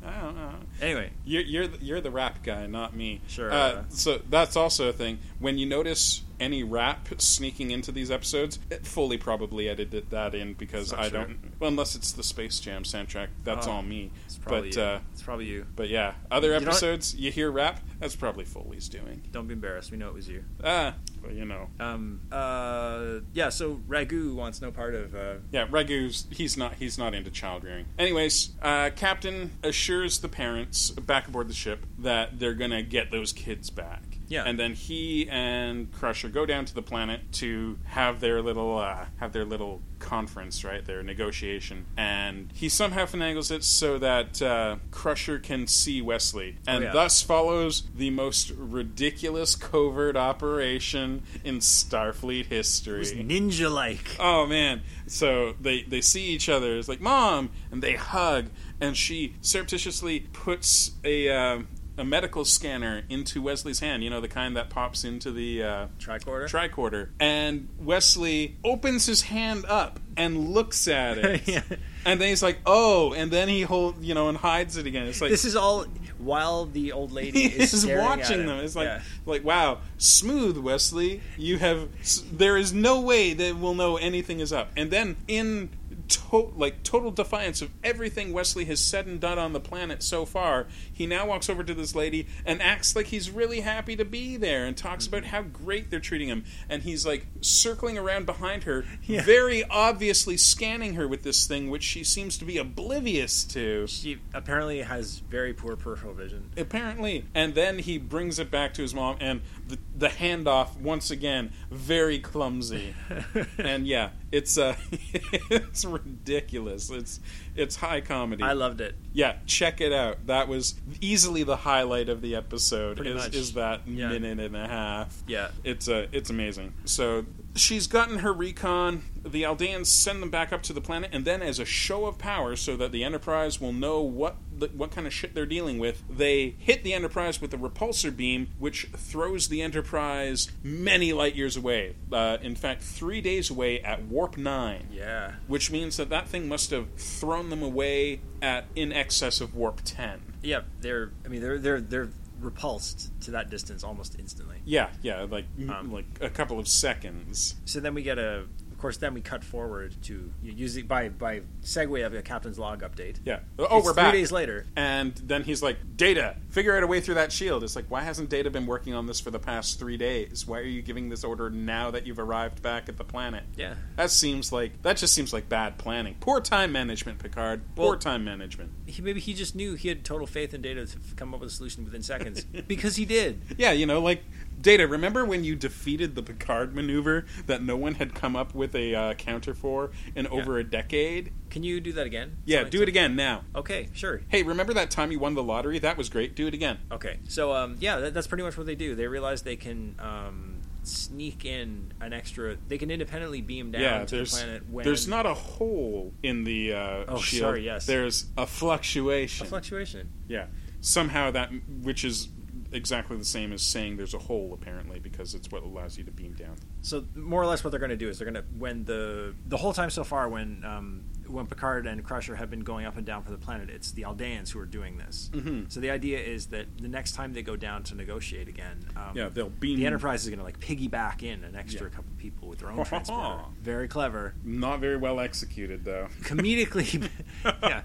[SPEAKER 1] I don't know.
[SPEAKER 2] Anyway,
[SPEAKER 1] You're you're the, you're the rap guy, not me.
[SPEAKER 2] Sure.
[SPEAKER 1] Uh, so that's also a thing. When you notice any rap sneaking into these episodes, it fully probably edited that in because
[SPEAKER 2] Not
[SPEAKER 1] I
[SPEAKER 2] sure.
[SPEAKER 1] don't. Well, unless it's the Space Jam soundtrack, that's
[SPEAKER 2] Oh,
[SPEAKER 1] all me.
[SPEAKER 2] it's probably
[SPEAKER 1] But
[SPEAKER 2] you.
[SPEAKER 1] uh,
[SPEAKER 2] it's probably you.
[SPEAKER 1] but yeah, other
[SPEAKER 2] You know what?
[SPEAKER 1] episodes you hear rap, that's probably Foley's doing.
[SPEAKER 2] Don't be embarrassed. We know it was you.
[SPEAKER 1] Ah, well, you know.
[SPEAKER 2] Um, uh, yeah. So Ragu wants no part of. Uh,
[SPEAKER 1] Yeah, Ragu's he's not he's not into child rearing. Anyways, uh, Captain assures the parents back aboard the ship that they're gonna get those kids back.
[SPEAKER 2] Yeah.
[SPEAKER 1] and then he and Crusher go down to the planet to have their little uh, have their little conference, right? Their negotiation, and he somehow finagles it so that uh, Crusher can see Wesley, and
[SPEAKER 2] Oh, yeah.
[SPEAKER 1] thus follows the most ridiculous covert operation in Starfleet history.
[SPEAKER 2] ninja-like.
[SPEAKER 1] Oh man! So they they see each other. It's like mom, and they hug, and she surreptitiously puts a um, a medical scanner into Wesley's hand. You know the kind that pops into the uh,
[SPEAKER 2] Tricorder.
[SPEAKER 1] tricorder, and Wesley opens his hand up and looks at it,
[SPEAKER 2] Yeah.
[SPEAKER 1] and then he's like, "Oh!" And then he hold you know and hides it again. It's like
[SPEAKER 2] this is all while the old lady
[SPEAKER 1] he
[SPEAKER 2] is,
[SPEAKER 1] is
[SPEAKER 2] staring at
[SPEAKER 1] watching
[SPEAKER 2] him.
[SPEAKER 1] them. It's like,
[SPEAKER 2] Yeah.
[SPEAKER 1] like wow, smooth Wesley. You have. s- There is no way that we'll know anything is up. And then in to- like total defiance of everything Wesley has said and done on the planet so far, he now walks over to this lady and acts like he's really happy to be there and talks about how great they're treating him. And he's like circling around behind her,
[SPEAKER 2] Yeah.
[SPEAKER 1] very obviously scanning her with this thing, which she seems to be oblivious to.
[SPEAKER 2] she apparently has very poor peripheral vision.
[SPEAKER 1] Apparently, and then he brings it back to his mom, and the, the handoff once again very clumsy. and yeah, it's uh, it's ridiculous. It's it's high comedy.
[SPEAKER 2] I loved it.
[SPEAKER 1] yeah, check it out. That was easily the highlight of the episode.
[SPEAKER 2] Pretty
[SPEAKER 1] is
[SPEAKER 2] much.
[SPEAKER 1] is that
[SPEAKER 2] Yeah.
[SPEAKER 1] minute and a half?
[SPEAKER 2] Yeah.
[SPEAKER 1] It's uh, it's amazing. So she's gotten her recon. The Aldeans send them back up to the planet, and then, as a show of power, so that the Enterprise will know what the, what kind of shit they're dealing with, they hit the Enterprise with a repulsor beam, which throws the Enterprise many light years away. Uh, in fact, three days away at warp nine
[SPEAKER 2] Yeah.
[SPEAKER 1] which means that that thing must have thrown them away at in excess of warp 10
[SPEAKER 2] Yeah. They're. I mean, they're they're they're repulsed to that distance almost instantly.
[SPEAKER 1] yeah yeah like
[SPEAKER 2] Um,
[SPEAKER 1] like a couple of seconds
[SPEAKER 2] So then we get a. Of course, then we cut forward to you know, using by by segue of a captain's log update.
[SPEAKER 1] yeah oh
[SPEAKER 2] It's
[SPEAKER 1] we're
[SPEAKER 2] three
[SPEAKER 1] back
[SPEAKER 2] days later.
[SPEAKER 1] and then he's like data figure out a way through that shield it's like why hasn't data been working on this for the past three days why are you giving this order now that you've arrived back at the planet
[SPEAKER 2] Yeah.
[SPEAKER 1] that seems like that just seems like bad planning poor time management picard poor
[SPEAKER 2] Well-
[SPEAKER 1] time management
[SPEAKER 2] He, maybe he just knew he had total faith in Data to f- come up with a solution within seconds because he did.
[SPEAKER 1] Yeah, you know, like Data. Remember when you defeated the Picard maneuver that no one had come up with a uh, counter for in over a decade?
[SPEAKER 2] Can you do that again?
[SPEAKER 1] Yeah,
[SPEAKER 2] Something-
[SPEAKER 1] do it again now.
[SPEAKER 2] Okay, sure.
[SPEAKER 1] Hey, remember that time you won the lottery? That was great. Do it again.
[SPEAKER 2] Okay, so um, yeah, that, that's pretty much what they do. They realize they can um, sneak in an extra. They can independently beam down
[SPEAKER 1] yeah,
[SPEAKER 2] to the
[SPEAKER 1] there's
[SPEAKER 2] planet when
[SPEAKER 1] there's not a hole in the uh,
[SPEAKER 2] Oh,
[SPEAKER 1] shield.
[SPEAKER 2] sorry, yes.
[SPEAKER 1] There's a
[SPEAKER 2] a
[SPEAKER 1] fluctuation.
[SPEAKER 2] fluctuation.
[SPEAKER 1] yeah, somehow that which is exactly the same as saying there's a hole apparently because it's what allows you to beam down.
[SPEAKER 2] So more or less, what they're going to do is they're going to when the the whole time so far when um, when Picard and Crusher have been going up and down for the planet, it's the Aldeans who are doing this. Mm-hmm. So the idea is that the next time they go down to negotiate again, um,
[SPEAKER 1] Yeah, they'll beam
[SPEAKER 2] the Enterprise is going to like piggyback in an extra
[SPEAKER 1] Yeah.
[SPEAKER 2] couple people with their own transporter. Very clever,
[SPEAKER 1] Not very well executed though.
[SPEAKER 2] comedically. yeah,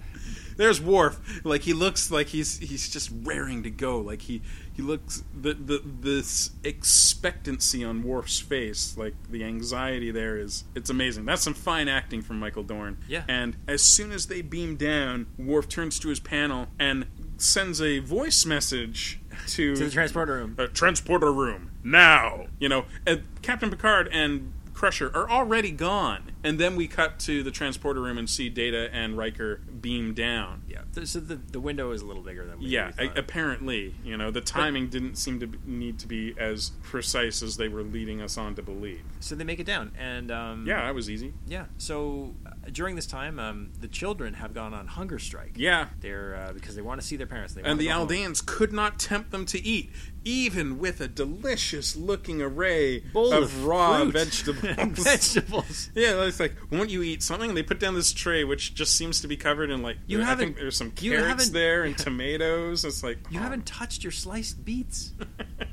[SPEAKER 1] There's Worf. Like he looks like he's he's just raring to go. Like he he looks the the this expectancy on Worf's face, like the anxiety there is it's amazing. That's some fine acting from Michael Dorn.
[SPEAKER 2] Yeah.
[SPEAKER 1] And as soon as they beam down, Worf turns to his panel and sends a voice message to
[SPEAKER 2] to the transporter room.
[SPEAKER 1] uh, transporter uh, room now. You know, and Captain Picard and Crusher are already gone, And then we cut to the transporter room and see Data and Riker beam down.
[SPEAKER 2] Yeah. Th- So the the window is a little bigger than we
[SPEAKER 1] Yeah,
[SPEAKER 2] we
[SPEAKER 1] a-
[SPEAKER 2] thought.
[SPEAKER 1] apparently, you know, the timing didn't seem to be, need to be as precise as they were leading us on to believe.
[SPEAKER 2] so they make it down, and um,
[SPEAKER 1] Yeah, that was easy.
[SPEAKER 2] yeah. So uh, during this time, um, the children have gone on hunger strike.
[SPEAKER 1] Yeah.
[SPEAKER 2] They're uh, because they want to see their parents. They
[SPEAKER 1] And
[SPEAKER 2] wanna
[SPEAKER 1] the
[SPEAKER 2] go home.
[SPEAKER 1] Aldeans could not tempt them to eat, even with a delicious looking array
[SPEAKER 2] bowl
[SPEAKER 1] of,
[SPEAKER 2] of
[SPEAKER 1] raw
[SPEAKER 2] fruit.
[SPEAKER 1] vegetables.
[SPEAKER 2] vegetables.
[SPEAKER 1] yeah, it's like, won't you eat something? And they put down this tray, which just seems to be covered in like,
[SPEAKER 2] You
[SPEAKER 1] I think
[SPEAKER 2] haven't-
[SPEAKER 1] there's some
[SPEAKER 2] you
[SPEAKER 1] carrots
[SPEAKER 2] haven't-
[SPEAKER 1] there and tomatoes. It's like,
[SPEAKER 2] You
[SPEAKER 1] oh,
[SPEAKER 2] haven't touched your sliced beets.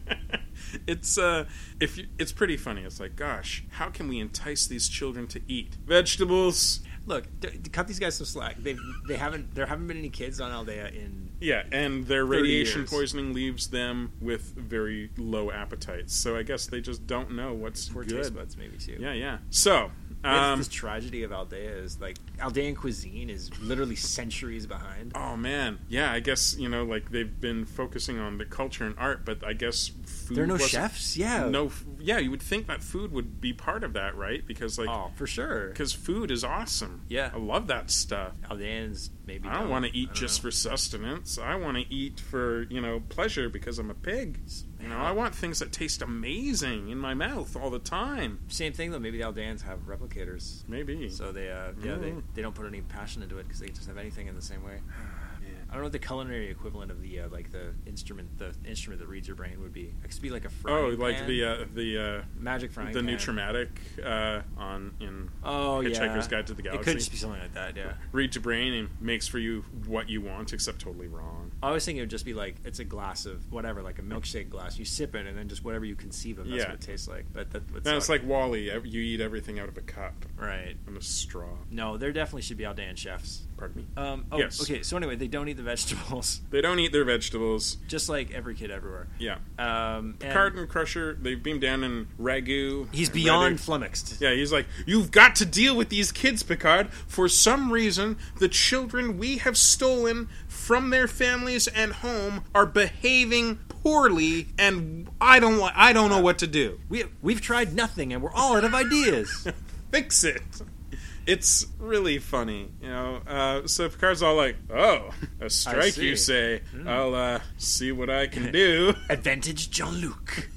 [SPEAKER 1] it's uh if you, it's pretty funny it's like gosh how can we entice these children to eat vegetables
[SPEAKER 2] Look, d- d- cut these guys some slack. They they haven't there haven't been any kids on Aldea in
[SPEAKER 1] yeah and their radiation
[SPEAKER 2] years.
[SPEAKER 1] poisoning leaves them with very low appetites so i guess they just don't know what's
[SPEAKER 2] four
[SPEAKER 1] good
[SPEAKER 2] taste buds maybe too.
[SPEAKER 1] yeah yeah so
[SPEAKER 2] That's
[SPEAKER 1] um
[SPEAKER 2] this tragedy of Aldea is like Aldean cuisine is literally centuries behind.
[SPEAKER 1] Oh man, yeah. I guess you know, like they've been focusing on the culture and art, but I guess food.
[SPEAKER 2] There are no
[SPEAKER 1] wasn't-
[SPEAKER 2] chefs. Yeah.
[SPEAKER 1] No, f- yeah. You would think that food would be part of that, right? Because like,
[SPEAKER 2] Oh, for sure.
[SPEAKER 1] because food is awesome.
[SPEAKER 2] Yeah.
[SPEAKER 1] I love that stuff.
[SPEAKER 2] Aldeans maybe.
[SPEAKER 1] I don't want to eat just
[SPEAKER 2] know.
[SPEAKER 1] for sustenance. I want to eat for, you know, pleasure because I'm a pig. You know, I want things that taste amazing in my mouth all the time.
[SPEAKER 2] same thing though. Maybe the Aldeans have replicators,
[SPEAKER 1] Maybe.
[SPEAKER 2] so they uh, yeah they,
[SPEAKER 1] Mm.
[SPEAKER 2] they don't put any passion into it because they just have anything in the same way. I don't know what the culinary equivalent of the uh, like the instrument the instrument that reads your brain would be. It could be like a
[SPEAKER 1] oh,
[SPEAKER 2] frying
[SPEAKER 1] like
[SPEAKER 2] pan.
[SPEAKER 1] the uh, the
[SPEAKER 2] magic
[SPEAKER 1] uh,
[SPEAKER 2] frying
[SPEAKER 1] the new
[SPEAKER 2] pan.
[SPEAKER 1] traumatic uh, on in
[SPEAKER 2] Oh yeah,
[SPEAKER 1] Hitchhiker's Guide to the
[SPEAKER 2] It
[SPEAKER 1] Galaxy.
[SPEAKER 2] could just be something like that. Yeah,
[SPEAKER 1] Read Your Brain and makes for you what you want, except totally wrong.
[SPEAKER 2] I was thinking it would just be like it's a glass of whatever, like a milkshake glass. You sip it, and then just whatever you conceive of, that's
[SPEAKER 1] Yeah.
[SPEAKER 2] what it tastes like. But that would
[SPEAKER 1] No, it's
[SPEAKER 2] suck.
[SPEAKER 1] like Wally. You eat everything out of a cup
[SPEAKER 2] right.
[SPEAKER 1] and a straw.
[SPEAKER 2] No, there definitely should be Aldean chefs.
[SPEAKER 1] Pardon me.
[SPEAKER 2] Um, oh,
[SPEAKER 1] Yes.
[SPEAKER 2] okay. So anyway, they don't eat the vegetables,
[SPEAKER 1] They don't eat their vegetables.
[SPEAKER 2] just like every kid everywhere.
[SPEAKER 1] Yeah.
[SPEAKER 2] Um, and
[SPEAKER 1] Card and Crusher, they beam down in Ragu.
[SPEAKER 2] he's
[SPEAKER 1] and
[SPEAKER 2] beyond
[SPEAKER 1] Redu.
[SPEAKER 2] flummoxed.
[SPEAKER 1] Yeah, he's like, You've got to deal with these kids, Picard. For some reason, the children we have stolen from their families and home are behaving poorly, and I don't, wa- I don't know what to do.
[SPEAKER 2] We we've tried nothing, and we're all out of ideas.
[SPEAKER 1] Fix it. It's really funny, you know. Uh, so Picard's all like, "Oh, a strike, you say?
[SPEAKER 2] Hmm.
[SPEAKER 1] I'll uh, see what I can do."
[SPEAKER 2] Advantage, Jean Luc.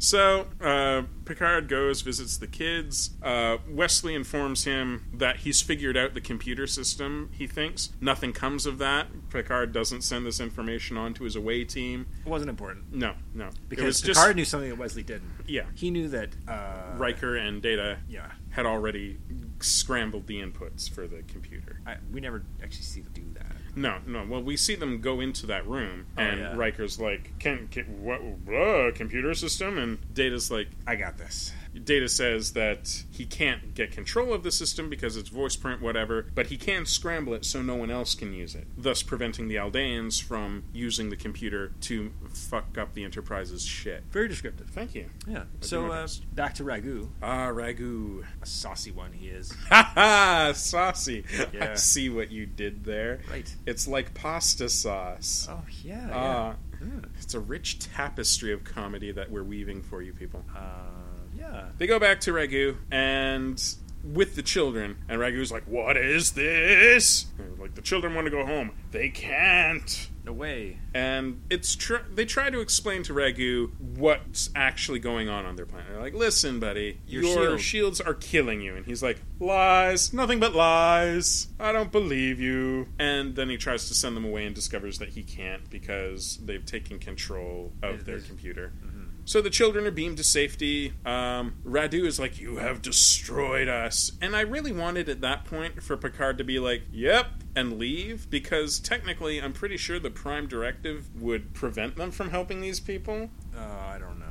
[SPEAKER 1] So uh, Picard goes, visits the kids. Uh, Wesley informs him that he's figured out the computer system. He thinks nothing comes of that. Picard doesn't send this information on to his away team.
[SPEAKER 2] It wasn't important
[SPEAKER 1] No, no, it was
[SPEAKER 2] because
[SPEAKER 1] just
[SPEAKER 2] Picard knew something that Wesley didn't.
[SPEAKER 1] yeah.
[SPEAKER 2] He knew that. Uh,
[SPEAKER 1] Riker and Data
[SPEAKER 2] Yeah.
[SPEAKER 1] had already scrambled the inputs for the computer.
[SPEAKER 2] I, we never actually see them do that.
[SPEAKER 1] No, no. Well, we see them go into that room,
[SPEAKER 2] Oh,
[SPEAKER 1] and
[SPEAKER 2] yeah.
[SPEAKER 1] Riker's like, "Can, can what? Blah, computer system?" And Data's like,
[SPEAKER 2] I got this.
[SPEAKER 1] Data says that he can't get control of the system because it's voice print, whatever, but he can scramble it so no one else can use it, thus preventing the Aldeans from using the computer to fuck up the Enterprise's shit.
[SPEAKER 2] Very descriptive.
[SPEAKER 1] Thank you.
[SPEAKER 2] Yeah.
[SPEAKER 1] do
[SPEAKER 2] So
[SPEAKER 1] my
[SPEAKER 2] uh,
[SPEAKER 1] best.
[SPEAKER 2] back to Ragu,
[SPEAKER 1] Ah, Ragu.
[SPEAKER 2] a saucy one he is.
[SPEAKER 1] Ha ha! Saucy. I
[SPEAKER 2] Yeah.
[SPEAKER 1] see what you did there.
[SPEAKER 2] Right.
[SPEAKER 1] It's like pasta sauce.
[SPEAKER 2] Oh yeah.
[SPEAKER 1] Ah,
[SPEAKER 2] yeah. Mm.
[SPEAKER 1] it's a rich tapestry of comedy that we're weaving for you people.
[SPEAKER 2] Uh, yeah.
[SPEAKER 1] They go back to Ragu and with the children, and Ragu's like, "What is this?" And, like the children want to go home. They can't.
[SPEAKER 2] No way.
[SPEAKER 1] And it's tr- they try to explain to Ragu what's actually going on on their planet. They're like, "Listen, buddy, your,
[SPEAKER 2] Your shield."
[SPEAKER 1] shields are killing you." And he's like, "Lies, nothing but lies. I don't believe you." And then he tries to send them away and discovers that he can't because they've taken control of
[SPEAKER 2] It-
[SPEAKER 1] their
[SPEAKER 2] it-
[SPEAKER 1] computer. So the children are beamed to safety. Um, Radu is like, "You have destroyed us," and I really wanted at that point for Picard to be like, "Yep," and leave because technically, I'm pretty sure the Prime Directive would prevent them from helping these people.
[SPEAKER 2] Uh, I don't know.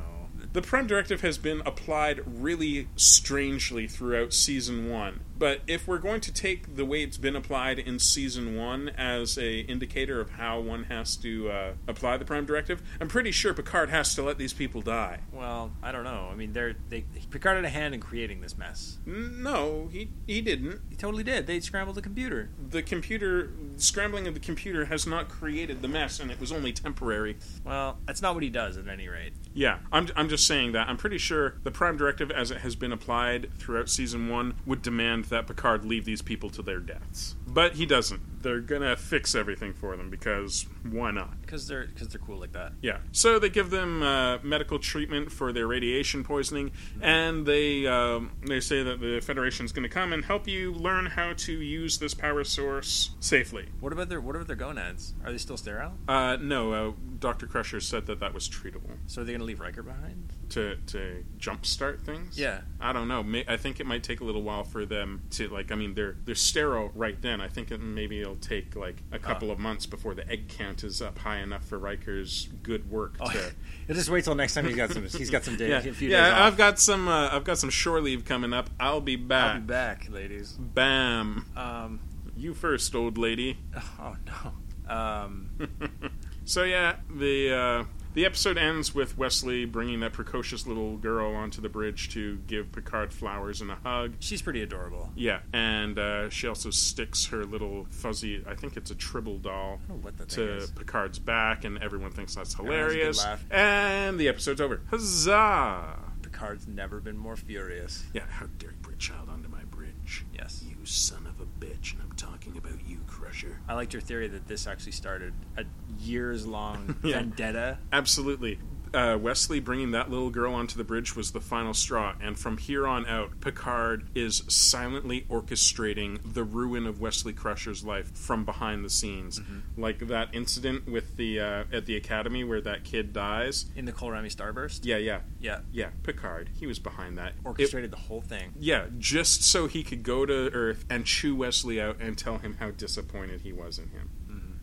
[SPEAKER 1] The Prime Directive has been applied really strangely throughout season one. But if we're going to take the way it's been applied in season one as a indicator of how one has to uh, apply the Prime Directive, I'm pretty sure Picard has to let these people die.
[SPEAKER 2] Well, I don't know. I mean, they're they Picard had a hand in creating this mess.
[SPEAKER 1] No, he he didn't.
[SPEAKER 2] He totally did. They scrambled the computer.
[SPEAKER 1] The computer scrambling of the computer has not created the mess, and it was only temporary.
[SPEAKER 2] Well, that's not what he does at any rate.
[SPEAKER 1] Yeah, I'm I'm just saying that. I'm pretty sure the Prime Directive, as it has been applied throughout season one, would demand that Picard leave these people to their deaths. But he doesn't. They're gonna fix everything for them because why not?
[SPEAKER 2] Because they're because they're cool like that.
[SPEAKER 1] Yeah. So they give them uh, medical treatment for their radiation poisoning, and they um, they say that the Federation's going to come and help you learn how to use this power source safely.
[SPEAKER 2] What about their what about their gonads? Are they still sterile?
[SPEAKER 1] Uh, no, uh, Doctor Crusher said that that was treatable
[SPEAKER 2] So are they going to leave Riker behind?
[SPEAKER 1] to to jumpstart things.
[SPEAKER 2] Yeah.
[SPEAKER 1] I don't know. May, I think it might take a little while for them to like. I mean, they're they're sterile right then. I think it, maybe it'll take like
[SPEAKER 2] Ah.
[SPEAKER 1] a couple of months before the egg count is up high enough for Riker's good work
[SPEAKER 2] Oh,
[SPEAKER 1] to.
[SPEAKER 2] he'll just wait till next time he's got some. He's got some days.
[SPEAKER 1] Yeah,
[SPEAKER 2] a few
[SPEAKER 1] yeah.
[SPEAKER 2] days off.
[SPEAKER 1] I've got some. Uh, I've got some shore leave coming up. I'll be back.
[SPEAKER 2] I'll be back, ladies.
[SPEAKER 1] Bam.
[SPEAKER 2] Um,
[SPEAKER 1] You first, old lady.
[SPEAKER 2] oh no. Um,
[SPEAKER 1] So yeah, the uh, the episode ends with Wesley bringing that precocious little girl onto the bridge to give Picard flowers and a hug.
[SPEAKER 2] she's pretty adorable.
[SPEAKER 1] Yeah, and uh, she also sticks her little fuzzy, I think it's a Tribble doll,
[SPEAKER 2] I don't know what that thing
[SPEAKER 1] to
[SPEAKER 2] is.
[SPEAKER 1] Picard's back, and everyone thinks that's
[SPEAKER 2] has a good
[SPEAKER 1] hilarious.
[SPEAKER 2] laugh.
[SPEAKER 1] And the episode's over. Huzzah!
[SPEAKER 2] Picard's never been more furious.
[SPEAKER 1] Yeah, how dare you bring a child onto my bridge?
[SPEAKER 2] Yes.
[SPEAKER 1] You son of a bitch, and I'm talking about you, Crusher.
[SPEAKER 2] I liked your theory that this actually started a years-long
[SPEAKER 1] Yeah.
[SPEAKER 2] vendetta.
[SPEAKER 1] Absolutely. Uh, Wesley bringing that little girl onto the bridge was the final straw, and from here on out, Picard is silently orchestrating the ruin of Wesley Crusher's life from behind the scenes, like that incident with the uh, at the academy where that kid dies.
[SPEAKER 2] in the Kohlrami starburst.
[SPEAKER 1] Yeah, yeah,
[SPEAKER 2] Yeah.
[SPEAKER 1] yeah. Picard, he was behind that. It-
[SPEAKER 2] Orchestrated the whole thing.
[SPEAKER 1] yeah, just so he could go to Earth and chew Wesley out and tell him how disappointed he was in him.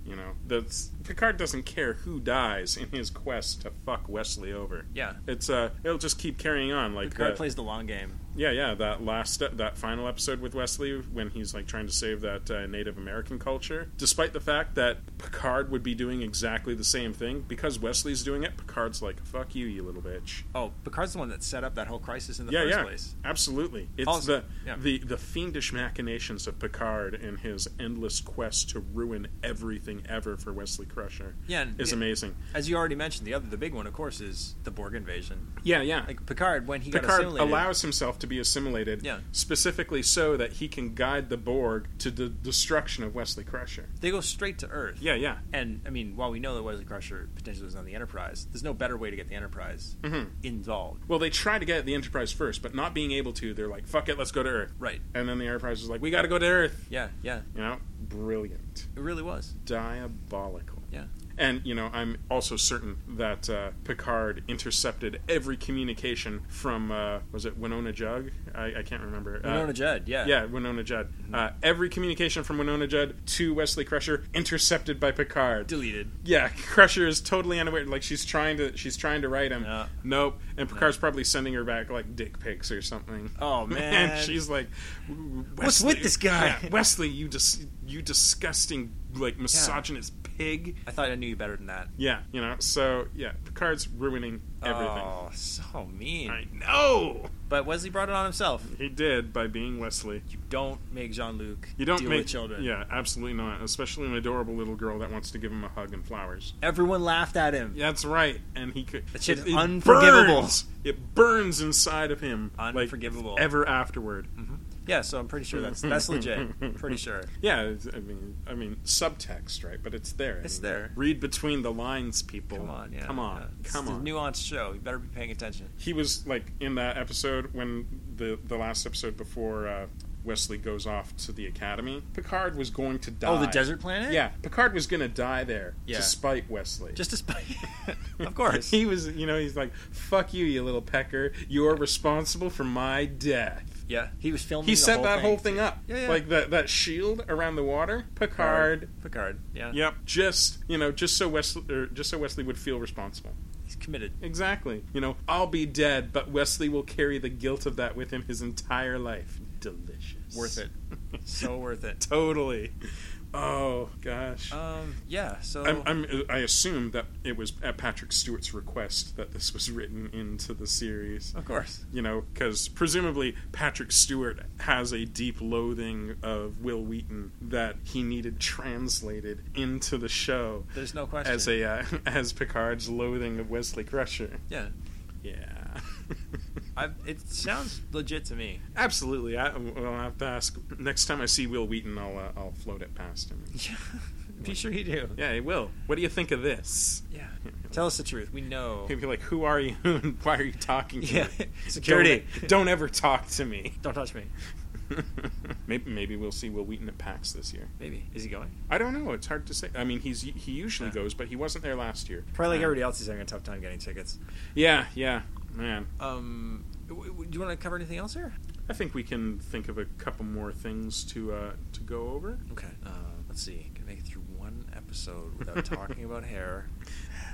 [SPEAKER 1] You know, that's Picard doesn't care who dies in his quest to fuck Wesley over.
[SPEAKER 2] Yeah.
[SPEAKER 1] It's uh, it'll just keep carrying on like uh,
[SPEAKER 2] Picard
[SPEAKER 1] that-
[SPEAKER 2] plays the long game.
[SPEAKER 1] yeah, yeah. That last, uh, that final episode with Wesley when he's like trying to save that uh, Native American culture, despite the fact that Picard would be doing exactly the same thing because Wesley's doing it. Picard's like, "Fuck you, you little bitch."
[SPEAKER 2] Oh, Picard's the one that set up that whole crisis in the
[SPEAKER 1] yeah,
[SPEAKER 2] first
[SPEAKER 1] yeah,
[SPEAKER 2] place.
[SPEAKER 1] absolutely. It's
[SPEAKER 2] Also-
[SPEAKER 1] the
[SPEAKER 2] yeah.
[SPEAKER 1] the the fiendish machinations of Picard and his endless quest to ruin everything ever for Wesley Crusher.
[SPEAKER 2] Yeah, and
[SPEAKER 1] is
[SPEAKER 2] it-
[SPEAKER 1] amazing.
[SPEAKER 2] As you already mentioned, the other, the big one, of course, is the Borg invasion.
[SPEAKER 1] Yeah, yeah.
[SPEAKER 2] Like Picard, when he got
[SPEAKER 1] Picard
[SPEAKER 2] assimilated,
[SPEAKER 1] allows himself to be assimilated,
[SPEAKER 2] Yeah.
[SPEAKER 1] specifically so that he can guide the Borg to the destruction of Wesley Crusher.
[SPEAKER 2] they go straight to Earth.
[SPEAKER 1] Yeah, yeah.
[SPEAKER 2] And I mean, while we know that Wesley Crusher potentially was on the Enterprise, there's no better way to get the Enterprise
[SPEAKER 1] Mm-hmm.
[SPEAKER 2] involved.
[SPEAKER 1] Well, they try to get the Enterprise first, but not being able to, they're like, "Fuck it, let's go to Earth."
[SPEAKER 2] Right.
[SPEAKER 1] And then the Enterprise is like, "We got to go to Earth."
[SPEAKER 2] Yeah, yeah.
[SPEAKER 1] You know, brilliant,
[SPEAKER 2] It really was.
[SPEAKER 1] diabolical.
[SPEAKER 2] Yeah.
[SPEAKER 1] And, you know, I'm also certain that uh, Picard intercepted every communication from, uh, was it Winona Judd? I, I can't remember. Uh,
[SPEAKER 2] Winona Judd. Mm-hmm. Yeah.
[SPEAKER 1] Yeah, Winona Judd. Uh, every communication from Winona Judd to Wesley Crusher intercepted by Picard.
[SPEAKER 2] Deleted.
[SPEAKER 1] yeah, Crusher is totally unaware. Like she's trying to, she's trying to write him.
[SPEAKER 2] Yeah.
[SPEAKER 1] Nope. And Picard's probably sending her back like dick pics or something.
[SPEAKER 2] Oh, man.
[SPEAKER 1] and she's like,
[SPEAKER 2] What's
[SPEAKER 1] "Wesley-
[SPEAKER 2] with this guy?"
[SPEAKER 1] Yeah, Wesley, you dis- you disgusting like misogynist pig.
[SPEAKER 2] I thought I knew you better than that.
[SPEAKER 1] Yeah, you know, so yeah, Picard's ruining everything.
[SPEAKER 2] Oh, so mean.
[SPEAKER 1] I know
[SPEAKER 2] But Wesley brought it on himself.
[SPEAKER 1] he did by being Wesley.
[SPEAKER 2] You don't make Jean Luc
[SPEAKER 1] You don't
[SPEAKER 2] deal
[SPEAKER 1] make
[SPEAKER 2] with children.
[SPEAKER 1] Yeah, absolutely not. Especially an adorable little girl that wants to give him a hug and flowers.
[SPEAKER 2] Everyone laughed at him.
[SPEAKER 1] Yeah, that's right. And he could.
[SPEAKER 2] That shit's unforgivable.
[SPEAKER 1] burns- It burns inside of him. like,
[SPEAKER 2] Unforgivable. Mm-hmm.
[SPEAKER 1] ever afterward.
[SPEAKER 2] Yeah, so I'm pretty sure that's that's legit. Pretty sure.
[SPEAKER 1] Yeah, it's- I mean, I mean, subtext, right? But it's there. I
[SPEAKER 2] It's
[SPEAKER 1] mean,
[SPEAKER 2] there.
[SPEAKER 1] Read between the lines, people.
[SPEAKER 2] Come on, yeah.
[SPEAKER 1] Come on.
[SPEAKER 2] yeah. It's
[SPEAKER 1] Come
[SPEAKER 2] a
[SPEAKER 1] on.
[SPEAKER 2] nuanced show. You better be paying attention.
[SPEAKER 1] he was like in that episode when the the last episode before uh, Wesley goes off to the academy. Picard was going to die.
[SPEAKER 2] Oh, the desert planet?
[SPEAKER 1] Yeah, Picard was going to die there
[SPEAKER 2] Yeah.
[SPEAKER 1] to spite Wesley.
[SPEAKER 2] Just to spite Of course.
[SPEAKER 1] he was. You know, he's like, "Fuck you, you little pecker. You're responsible for my death."
[SPEAKER 2] yeah. He was filming
[SPEAKER 1] He
[SPEAKER 2] the
[SPEAKER 1] set
[SPEAKER 2] whole
[SPEAKER 1] that
[SPEAKER 2] thing.
[SPEAKER 1] whole thing up,
[SPEAKER 2] Yeah, yeah.
[SPEAKER 1] like that that shield around the water. Picard.
[SPEAKER 2] Picard. Yeah.
[SPEAKER 1] Yep. Just you know, just so Wesley, or just so Wesley would feel responsible.
[SPEAKER 2] He's committed.
[SPEAKER 1] Exactly. You know, I'll be dead, but Wesley will carry the guilt of that with him his entire life. delicious.
[SPEAKER 2] Worth it. so worth it.
[SPEAKER 1] Totally. Oh gosh.
[SPEAKER 2] Um, yeah. So
[SPEAKER 1] I'm, I'm, I assume that it was at Patrick Stewart's request that this was written into the series.
[SPEAKER 2] of course.
[SPEAKER 1] You know, because presumably Patrick Stewart has a deep loathing of Will Wheaton that he needed translated into the show
[SPEAKER 2] There's no question.
[SPEAKER 1] as a uh, as Picard's loathing of Wesley Crusher.
[SPEAKER 2] yeah.
[SPEAKER 1] Yeah.
[SPEAKER 2] I, it sounds legit to me.
[SPEAKER 1] Absolutely. I, will have to ask next time I see Will Wheaton. I'll uh, I'll float it past him.
[SPEAKER 2] Yeah. Be sure you do.
[SPEAKER 1] Yeah, he will. What do you think of this?
[SPEAKER 2] Yeah. Tell us the truth. We know.
[SPEAKER 1] He'd be like, "Who are you? and Why are you talking to
[SPEAKER 2] Yeah.
[SPEAKER 1] me?
[SPEAKER 2] Security.
[SPEAKER 1] Don't, e-, don't ever talk to me."
[SPEAKER 2] Don't touch me.
[SPEAKER 1] maybe, maybe we'll see Will Wheaton at PAX this year.
[SPEAKER 2] Maybe. Is he going?
[SPEAKER 1] I don't know. It's hard to say. I mean, he's he usually
[SPEAKER 2] Yeah.
[SPEAKER 1] goes, but he wasn't there last year.
[SPEAKER 2] Probably
[SPEAKER 1] Um,
[SPEAKER 2] like everybody else, he's having a tough time getting tickets.
[SPEAKER 1] Yeah, yeah, man.
[SPEAKER 2] Um, w- w- do you want to cover anything else here?
[SPEAKER 1] I think we can think of a couple more things to uh, to go over.
[SPEAKER 2] Okay. Uh, let's see. Can I make it through one episode without talking about hair.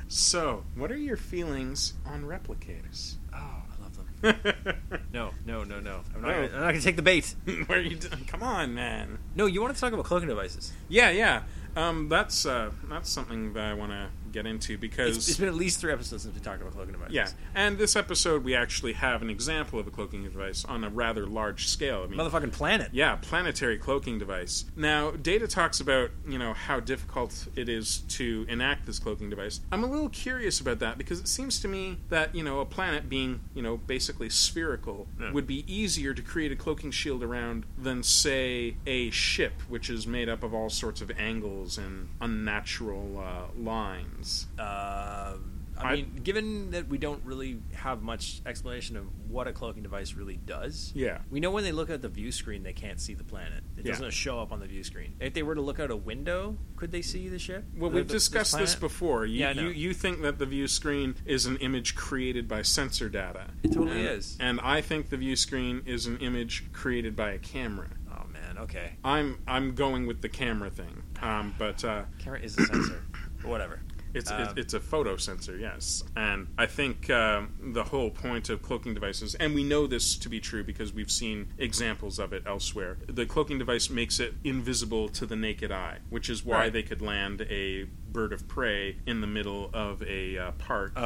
[SPEAKER 1] So, what are your feelings on replicators?
[SPEAKER 2] Oh, I love them.
[SPEAKER 1] Where
[SPEAKER 2] No, no, no, no. I'm not.
[SPEAKER 1] No.
[SPEAKER 2] Gonna, I'm not gonna take the bait.
[SPEAKER 1] are you? Doing? Come on, man.
[SPEAKER 2] No, you want to talk about cloaking devices?
[SPEAKER 1] Yeah, yeah. Um, that's uh, that's something that I want to get into because
[SPEAKER 2] It's, it's been at least three episodes since we talked about cloaking devices.
[SPEAKER 1] yeah, and this episode we actually have an example of a cloaking device on a rather large scale. I mean,
[SPEAKER 2] Motherfucking planet.
[SPEAKER 1] yeah, planetary cloaking device. Now, Data talks about you know how difficult it is to enact this cloaking device. I'm a little curious about that because it seems to me that you know a planet being you know basically spherical
[SPEAKER 2] Yeah.
[SPEAKER 1] would be easier to create a cloaking shield around than say a ship, which is made up of all sorts of angles and unnatural uh, lines.
[SPEAKER 2] Um, I,
[SPEAKER 1] I-
[SPEAKER 2] mean, given that we don't really have much explanation of what a cloaking device really does,
[SPEAKER 1] Yeah.
[SPEAKER 2] we know when they look at the view screen, they can't see the planet. It
[SPEAKER 1] Yeah.
[SPEAKER 2] doesn't show up on the view screen. If they were to look out a window, could they see the ship?
[SPEAKER 1] Well,
[SPEAKER 2] The-
[SPEAKER 1] we've
[SPEAKER 2] the-
[SPEAKER 1] discussed this,
[SPEAKER 2] planet?
[SPEAKER 1] before. You,
[SPEAKER 2] Yeah, I know.
[SPEAKER 1] you you think that the view screen is an image created by sensor data.
[SPEAKER 2] It totally
[SPEAKER 1] And-
[SPEAKER 2] is.
[SPEAKER 1] And I think the view screen is an image created by a camera.
[SPEAKER 2] Oh man, okay.
[SPEAKER 1] I'm I'm going with the camera thing. Um, but uh,
[SPEAKER 2] Camera is the sensor. But Whatever.
[SPEAKER 1] it's
[SPEAKER 2] Um,
[SPEAKER 1] it, it's a photo sensor, yes. And I think um the whole point of cloaking devices, and we know this to be true because we've seen examples of it elsewhere. The cloaking device makes it invisible to the naked eye, which is why
[SPEAKER 2] Right.
[SPEAKER 1] they could land a bird of prey in the middle of a uh, park in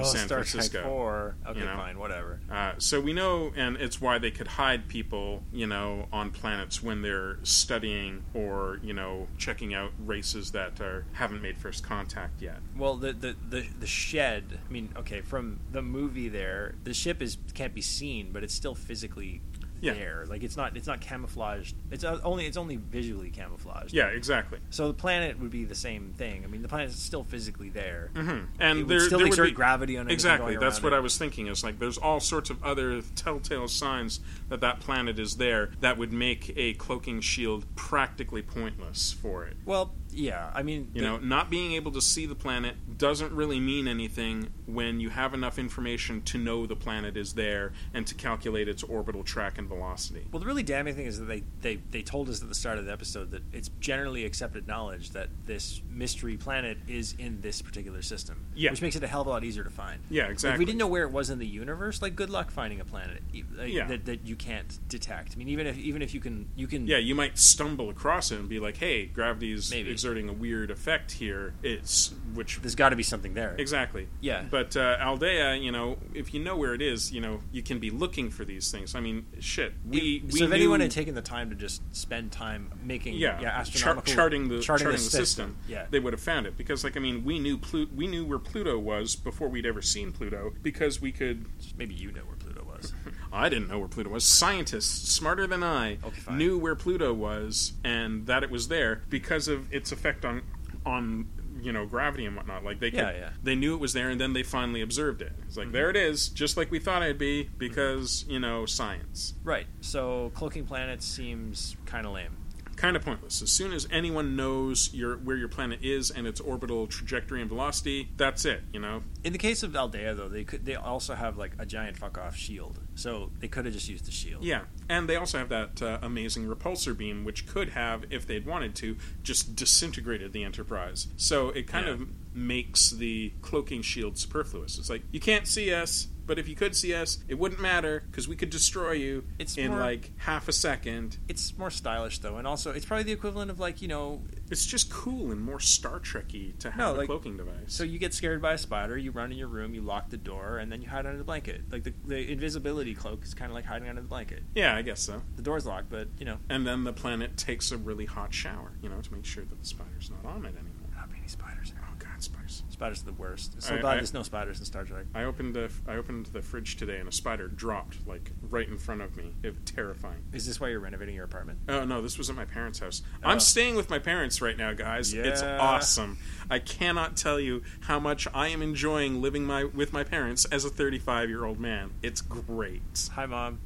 [SPEAKER 1] San
[SPEAKER 2] Oh, Star
[SPEAKER 1] Francisco.
[SPEAKER 2] Trek Four. Okay,
[SPEAKER 1] know?
[SPEAKER 2] fine, whatever.
[SPEAKER 1] Uh, so we know, and it's why they could hide people, you know, on planets when they're studying or you know checking out races that are haven't made first contact yet.
[SPEAKER 2] Well, the, the the the shed. I mean, okay, from the movie, there the ship is can't be seen, but it's still physically
[SPEAKER 1] Yeah.
[SPEAKER 2] there. Like it's not it's not camouflaged. It's uh, only it's only visually camouflaged.
[SPEAKER 1] Yeah, exactly.
[SPEAKER 2] So the planet would be the same thing. I mean, the planet's still physically there.
[SPEAKER 1] hmm
[SPEAKER 2] It
[SPEAKER 1] And
[SPEAKER 2] would
[SPEAKER 1] there,
[SPEAKER 2] still
[SPEAKER 1] there would
[SPEAKER 2] exert
[SPEAKER 1] be,
[SPEAKER 2] gravity on anything
[SPEAKER 1] exactly.
[SPEAKER 2] going
[SPEAKER 1] That's
[SPEAKER 2] around
[SPEAKER 1] what
[SPEAKER 2] it.
[SPEAKER 1] I was thinking. Is like there's all sorts of other telltale signs that that planet is there that would make a cloaking shield practically pointless for it.
[SPEAKER 2] Well, yeah. I mean,
[SPEAKER 1] You
[SPEAKER 2] the-
[SPEAKER 1] know, not being able to see the planet doesn't really mean anything when you have enough information to know the planet is there and to calculate its orbital track and velocity.
[SPEAKER 2] Well, the really damning thing is that they, they, they told us at the start of the episode that it's generally accepted knowledge that this mystery planet is in this particular system.
[SPEAKER 1] Yeah.
[SPEAKER 2] Which makes it a hell of a lot easier to find.
[SPEAKER 1] Yeah,
[SPEAKER 2] Like, If
[SPEAKER 1] exactly.
[SPEAKER 2] we didn't know where it was in the universe, like, good luck finding a planet e- like,
[SPEAKER 1] Yeah.
[SPEAKER 2] that, that you can't detect. I mean, even if even if you can you can
[SPEAKER 1] Yeah, you might stumble across it and be like, "Hey, gravity's
[SPEAKER 2] Maybe.
[SPEAKER 1] exerting a weird effect here." It's which
[SPEAKER 2] there's got to be something there.
[SPEAKER 1] Exactly.
[SPEAKER 2] Yeah.
[SPEAKER 1] But uh, Aldea, you know, if you know where it is, you know, you can be looking for these things. I mean, shit. We,
[SPEAKER 2] If-
[SPEAKER 1] we
[SPEAKER 2] so if anyone
[SPEAKER 1] knew-
[SPEAKER 2] had taken the time to just spend time making
[SPEAKER 1] yeah, char-
[SPEAKER 2] astronomical
[SPEAKER 1] charting the charting, the,
[SPEAKER 2] sys-
[SPEAKER 1] system,
[SPEAKER 2] yeah
[SPEAKER 1] they would have found it because, like, I mean, we knew Plu- we knew where Pluto was before we'd ever seen Pluto because we could.
[SPEAKER 2] maybe you know where Pluto was
[SPEAKER 1] I didn't know where Pluto was. Scientists smarter than I
[SPEAKER 2] Okay, fine.
[SPEAKER 1] knew where Pluto was and that it was there because of its effect on on you know gravity and whatnot. Like they could,
[SPEAKER 2] Yeah, Mm-hmm. yeah.
[SPEAKER 1] they knew it was there and then they finally observed it. It's like there it is, just like we thought it'd be
[SPEAKER 2] Mm-hmm.
[SPEAKER 1] because you know science.
[SPEAKER 2] right so cloaking planets seems kind of lame
[SPEAKER 1] kind of pointless. As soon as anyone knows your where your planet is and its orbital trajectory and velocity, that's it. You know,
[SPEAKER 2] In the case of Aldea, though, they could they also have like a giant fuck off shield. So they could have just used the shield.
[SPEAKER 1] Yeah, and they also have that uh, amazing repulsor beam, which could have, if they'd wanted to, just disintegrated the Enterprise. So it kind
[SPEAKER 2] Yeah.
[SPEAKER 1] of makes the cloaking shield superfluous. It's like you can't see us, but if you could see us, it wouldn't matter because we could destroy you
[SPEAKER 2] It's
[SPEAKER 1] in
[SPEAKER 2] more-
[SPEAKER 1] like half a second.
[SPEAKER 2] It's more stylish though, and also it's probably the equivalent of like you know,
[SPEAKER 1] It's just cool and more Star Trekky to have
[SPEAKER 2] No,
[SPEAKER 1] a
[SPEAKER 2] like-
[SPEAKER 1] cloaking device.
[SPEAKER 2] so you get scared by a spider, you run in your room, you lock the door, and then you hide under the blanket. Like the, the invisibility cloak is kind of like hiding under the blanket.
[SPEAKER 1] yeah, I guess so.
[SPEAKER 2] The door's locked, but you know,
[SPEAKER 1] And then the planet takes a really hot shower, you know, to make sure that the spider's not on it anymore.
[SPEAKER 2] not many spiders.
[SPEAKER 1] Oh God, spiders!
[SPEAKER 2] Spiders are the worst. So
[SPEAKER 1] I-
[SPEAKER 2] glad
[SPEAKER 1] I-
[SPEAKER 2] there's no spiders in Star Trek.
[SPEAKER 1] I opened the I opened the fridge today and a spider dropped like right in front of me. It was terrifying.
[SPEAKER 2] Is this why you're renovating your apartment?
[SPEAKER 1] Oh no, this was at my parents' house.
[SPEAKER 2] Oh.
[SPEAKER 1] I'm staying with my parents right now, guys. It's
[SPEAKER 2] Yeah.
[SPEAKER 1] awesome. I cannot tell you how much I am enjoying living my with my parents as a 35 year old man. It's great.
[SPEAKER 2] Hi, mom.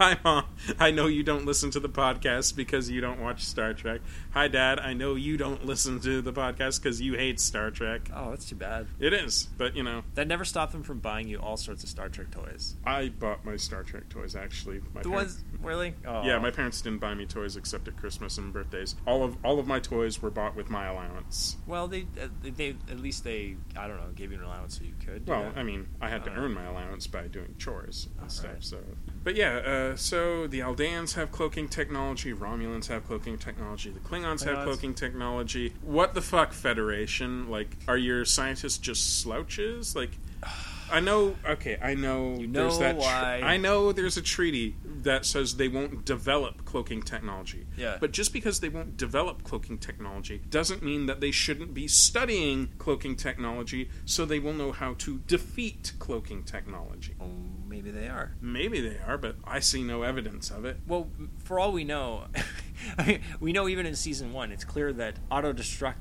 [SPEAKER 1] Hi, Mom. I know you don't listen to the podcast because you don't watch Star Trek. Hi, Dad. I know you don't listen to the podcast because you hate Star Trek.
[SPEAKER 2] Oh, that's too bad.
[SPEAKER 1] It is, but you know,
[SPEAKER 2] That never stopped them from buying you all sorts of Star Trek toys.
[SPEAKER 1] I bought my Star Trek toys actually. My
[SPEAKER 2] The
[SPEAKER 1] parents-
[SPEAKER 2] ones really? Oh.
[SPEAKER 1] Yeah, my parents didn't buy me toys except at Christmas and birthdays. All of all of my toys were bought with my allowance.
[SPEAKER 2] Well, they, uh, they they at least they I don't know gave you an allowance so you could. do
[SPEAKER 1] Well,
[SPEAKER 2] that.
[SPEAKER 1] I mean, I had to
[SPEAKER 2] Alright.
[SPEAKER 1] earn my allowance by doing chores and stuff.
[SPEAKER 2] Alright.
[SPEAKER 1] So, but yeah, uh, so the Aldans have cloaking technology, Romulans have cloaking technology, the Klingons have
[SPEAKER 2] Klingons.
[SPEAKER 1] cloaking technology. What the fuck, Federation? Like, are your scientists just slouches? Like, I know. Okay, I know.
[SPEAKER 2] You
[SPEAKER 1] there's
[SPEAKER 2] know
[SPEAKER 1] that
[SPEAKER 2] why.
[SPEAKER 1] I know there's a treaty that says they won't develop cloaking technology.
[SPEAKER 2] Yeah.
[SPEAKER 1] But just because they won't develop cloaking technology doesn't mean that they shouldn't be studying cloaking technology so they will know how to defeat cloaking technology.
[SPEAKER 2] Oh, maybe they are.
[SPEAKER 1] Maybe they are, but I see no evidence of it.
[SPEAKER 2] Well, for all we know, I mean, we know even in season one, it's clear that auto destruct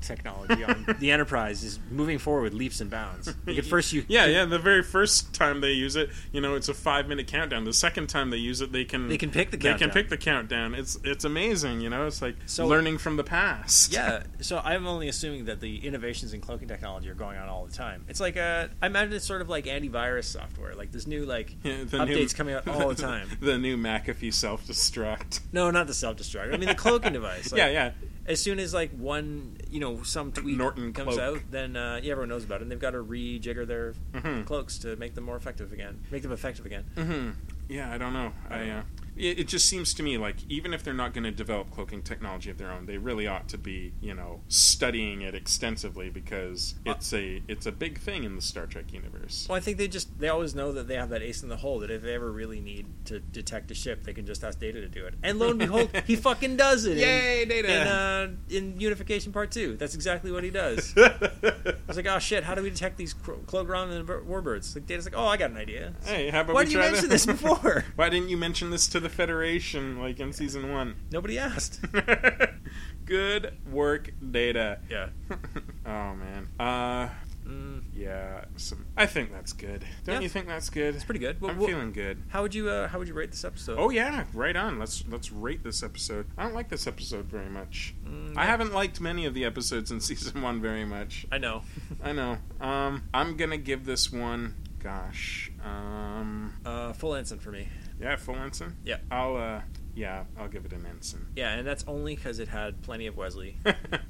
[SPEAKER 2] technology on the Enterprise is moving forward leaps and bounds. Like at first, you
[SPEAKER 1] Yeah, yeah, the very first time they use it, you know, it's a 5-minute countdown. The second time they use it, they can
[SPEAKER 2] They can pick the
[SPEAKER 1] They
[SPEAKER 2] countdown.
[SPEAKER 1] can pick the countdown. It's it's amazing, you know. It's like
[SPEAKER 2] So-
[SPEAKER 1] learning from the past.
[SPEAKER 2] Yeah, so I'm only assuming that the innovations in cloaking technology are going on all the time. It's like uh, I imagine it's sort of like antivirus software, like this new like
[SPEAKER 1] Yeah, the new-
[SPEAKER 2] updates coming out all the time.
[SPEAKER 1] The new McAfee self-destruct.
[SPEAKER 2] No, not the self destruct. I mean the cloaking device. Like,
[SPEAKER 1] yeah, yeah.
[SPEAKER 2] As soon as like one, you know, some tweet
[SPEAKER 1] Norton
[SPEAKER 2] comes
[SPEAKER 1] cloak.
[SPEAKER 2] out, then uh, yeah, everyone knows about it. and They've got to rejigger their
[SPEAKER 1] Mhm.
[SPEAKER 2] cloaks to make them more effective again, make them effective again.
[SPEAKER 1] hmm Yeah, I don't know.
[SPEAKER 2] I
[SPEAKER 1] I,
[SPEAKER 2] don't
[SPEAKER 1] uh,
[SPEAKER 2] know.
[SPEAKER 1] it, it just seems to me like even if they're not going to develop cloaking technology of their own, they really ought to be, you know, studying it extensively because it's a it's a big thing in the Star Trek universe.
[SPEAKER 2] Well, I think they just they always know that they have that ace in the hole that if they ever really need to detect a ship, they can just ask Data to do it. And lo and behold, he fucking does it. in-
[SPEAKER 1] Yay, Data.
[SPEAKER 2] In, uh, in Unification Part Two, that's exactly what he does. I was like, oh shit, how do we detect these cro- Clogron and bir- warbirds? Like Data's like, oh, I got an idea.
[SPEAKER 1] hey, how about
[SPEAKER 2] Why
[SPEAKER 1] we
[SPEAKER 2] did you
[SPEAKER 1] try
[SPEAKER 2] mention
[SPEAKER 1] that?
[SPEAKER 2] this before?
[SPEAKER 1] Why didn't you mention this to the Federation like in season one?
[SPEAKER 2] Nobody asked.
[SPEAKER 1] Good work, Data.
[SPEAKER 2] Yeah.
[SPEAKER 1] oh man. Uh,
[SPEAKER 2] Mm,
[SPEAKER 1] yeah. Some. I think that's good. Don't
[SPEAKER 2] Yeah.
[SPEAKER 1] you think that's good?
[SPEAKER 2] it's pretty good. Well,
[SPEAKER 1] I'm
[SPEAKER 2] well,
[SPEAKER 1] feeling good.
[SPEAKER 2] How would you uh, How would you rate this episode?
[SPEAKER 1] Oh yeah, right on. Let's let's rate this episode. I don't like this episode very much.
[SPEAKER 2] Mm,
[SPEAKER 1] I haven't liked many of the episodes in season one very much.
[SPEAKER 2] I know.
[SPEAKER 1] I know. Um, I'm gonna give this one. Gosh. Um,
[SPEAKER 2] Uh, full ensign for me.
[SPEAKER 1] yeah, full ensign.
[SPEAKER 2] Yeah.
[SPEAKER 1] I'll uh, yeah, I'll give it an ensign.
[SPEAKER 2] Yeah, and that's only because it had plenty of Wesley.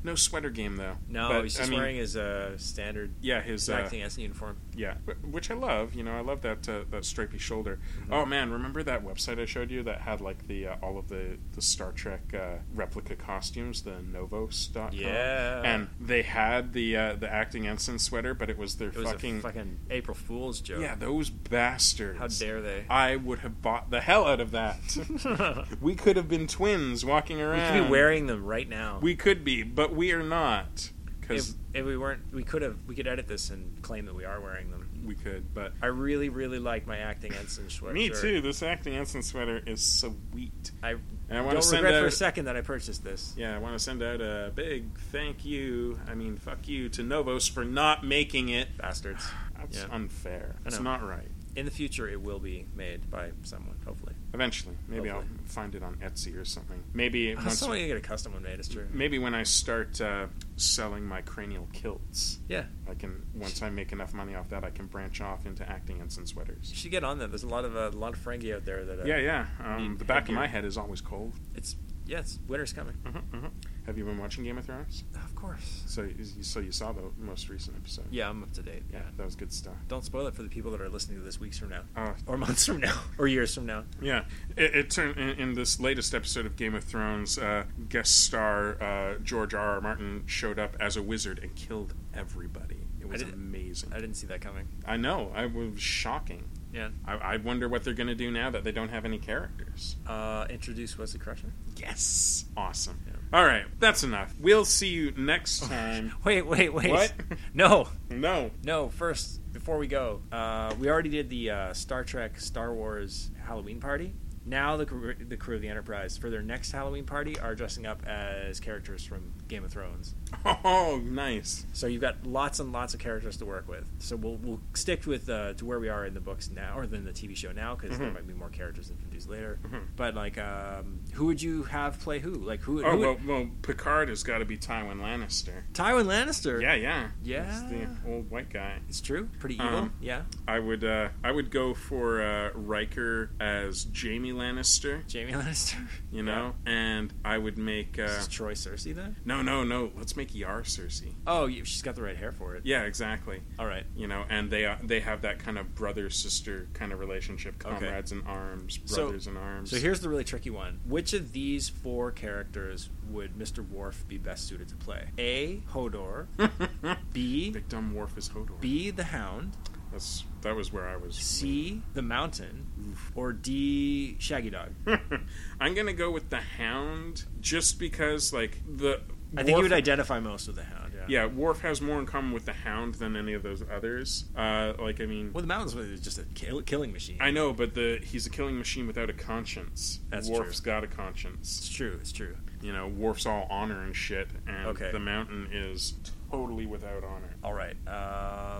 [SPEAKER 1] no sweater game though.
[SPEAKER 2] No,
[SPEAKER 1] But,
[SPEAKER 2] he's
[SPEAKER 1] I
[SPEAKER 2] just
[SPEAKER 1] mean,
[SPEAKER 2] wearing his uh, standard
[SPEAKER 1] Yeah, his uh,
[SPEAKER 2] acting as uniform.
[SPEAKER 1] yeah, wh- which I love. You know, I love that uh, that stripy shoulder.
[SPEAKER 2] Mm-hmm.
[SPEAKER 1] Oh man, remember that website I showed you that had like the uh, all of the the Star Trek uh, replica costumes, the Novos.com.
[SPEAKER 2] Yeah.
[SPEAKER 1] and they had the uh, the acting ensign sweater, but it was their
[SPEAKER 2] It was
[SPEAKER 1] fucking,
[SPEAKER 2] a fucking April Fool's joke.
[SPEAKER 1] yeah, those bastards.
[SPEAKER 2] How dare they?
[SPEAKER 1] I would have bought the hell out of that. we could have been twins walking
[SPEAKER 2] we
[SPEAKER 1] around.
[SPEAKER 2] could be wearing them right now.
[SPEAKER 1] We could be, but we are not because
[SPEAKER 2] if, if we weren't, we could have. We could edit this and claim that we are wearing them.
[SPEAKER 1] we could. But
[SPEAKER 2] I really, really like my acting ensign sweater.
[SPEAKER 1] me too. This acting ensign sweater is sweet.
[SPEAKER 2] I
[SPEAKER 1] And I want to
[SPEAKER 2] don't
[SPEAKER 1] send
[SPEAKER 2] regret
[SPEAKER 1] out.
[SPEAKER 2] for a second that I purchased this.
[SPEAKER 1] yeah, I want to send out a big thank you. I mean, fuck you to Novos for not making it.
[SPEAKER 2] Bastards.
[SPEAKER 1] That's
[SPEAKER 2] Yeah.
[SPEAKER 1] unfair.
[SPEAKER 2] I
[SPEAKER 1] It's
[SPEAKER 2] know.
[SPEAKER 1] not right.
[SPEAKER 2] in the future it will be made by someone, hopefully.
[SPEAKER 1] Eventually, maybe
[SPEAKER 2] Hopefully.
[SPEAKER 1] I'll find it on Etsy or something. Maybe
[SPEAKER 2] Oh,
[SPEAKER 1] once-
[SPEAKER 2] Someone can get a custom one made. It's true.
[SPEAKER 1] maybe when I start uh, selling my cranial kilts,
[SPEAKER 2] Yeah,
[SPEAKER 1] I can once I make enough money off that, I can branch off into acting in some sweaters.
[SPEAKER 2] you should get on that. There's a lot of uh, a lot of Ferengi out there that uh,
[SPEAKER 1] Yeah, yeah. Um,
[SPEAKER 2] Need
[SPEAKER 1] the back of
[SPEAKER 2] headgear.
[SPEAKER 1] my head is always cold.
[SPEAKER 2] It's yeah, it's winter's coming.
[SPEAKER 1] Mhm, mhm. Have you been watching Game of Thrones?
[SPEAKER 2] Of course.
[SPEAKER 1] So, you- so you saw the most recent episode?
[SPEAKER 2] Yeah, I'm up to date.
[SPEAKER 1] yeah, that was good stuff.
[SPEAKER 2] Don't spoil it for the people that are listening to this weeks from now,
[SPEAKER 1] Uh,
[SPEAKER 2] or months from now, or years from now.
[SPEAKER 1] yeah, it, it turned in, in this latest episode of Game of Thrones. Uh, guest star uh, George R. R. Martin showed up as a wizard and killed everybody. It was
[SPEAKER 2] didn't-
[SPEAKER 1] amazing.
[SPEAKER 2] I didn't see that coming.
[SPEAKER 1] I know. I was shocking.
[SPEAKER 2] Yeah.
[SPEAKER 1] I, I wonder what they're going to do now that they don't have any characters.
[SPEAKER 2] Uh, introduce Wesley Crusher.
[SPEAKER 1] Yes. Awesome.
[SPEAKER 2] Yeah.
[SPEAKER 1] All right, that's enough. We'll see you next time.
[SPEAKER 2] Wait, wait, wait.
[SPEAKER 1] What?
[SPEAKER 2] No,
[SPEAKER 1] no.
[SPEAKER 2] no. First, before we go, uh, we already did the uh, Star Trek, Star Wars Halloween party. Now the crew, the crew of the Enterprise for their next Halloween party are dressing up as characters from Game of Thrones.
[SPEAKER 1] Oh, nice.
[SPEAKER 2] So you've got lots and lots of characters to work with. So we'll we'll stick with uh, to where we are in the books now, or in the TV show now, because there
[SPEAKER 1] Mhm.
[SPEAKER 2] might be more characters introduced later.
[SPEAKER 1] Mhm.
[SPEAKER 2] But like, um, who would you have play who? Like who?
[SPEAKER 1] Oh
[SPEAKER 2] who would-
[SPEAKER 1] well, well, Picard has got to be Tywin Lannister.
[SPEAKER 2] Tywin Lannister.
[SPEAKER 1] Yeah, yeah,
[SPEAKER 2] Er. Yeah.
[SPEAKER 1] He's the old white guy.
[SPEAKER 2] it's true. Pretty evil.
[SPEAKER 1] Um,
[SPEAKER 2] yeah,
[SPEAKER 1] I would, uh, I would go for uh, Riker as Jamie Lannister.
[SPEAKER 2] Jamie Lannister.
[SPEAKER 1] You know, and I would make uh,
[SPEAKER 2] Is this Troy Cersei then?
[SPEAKER 1] no, no, no. Let's make Yar Cersei.
[SPEAKER 2] Oh, you- she's got the right hair for it.
[SPEAKER 1] Yeah, exactly.
[SPEAKER 2] All right.
[SPEAKER 1] You know, and they are, they have that kind of brother sister kind of relationship,
[SPEAKER 2] Okay.
[SPEAKER 1] comrades in arms,
[SPEAKER 2] So-
[SPEAKER 1] brothers in arms.
[SPEAKER 2] So here's the really tricky one. Which of these four characters would Mr. Worf be best suited to play? A. Hodor.
[SPEAKER 1] Hmm.
[SPEAKER 2] B.
[SPEAKER 1] Big dumb wharf is Hodor.
[SPEAKER 2] B. The Hound.
[SPEAKER 1] That's that was where I was.
[SPEAKER 2] C, the mountain, or D, Shaggy Dog.
[SPEAKER 1] I'm gonna go with the Hound, just because like the.
[SPEAKER 2] I think you
[SPEAKER 1] Worf-
[SPEAKER 2] would identify most with the hound. Yeah.
[SPEAKER 1] Yeah, Worf has more in common with the Hound than any of those others. Uh, like I mean,
[SPEAKER 2] Well, the mountain's really just a kill- killing machine.
[SPEAKER 1] I know, but the he's a killing machine without a conscience.
[SPEAKER 2] That's
[SPEAKER 1] Worf's got a conscience.
[SPEAKER 2] it's true. It's true.
[SPEAKER 1] You know, Worf's all honor and shit, and
[SPEAKER 2] Okay.
[SPEAKER 1] the Mountain is totally without honor.
[SPEAKER 2] All right.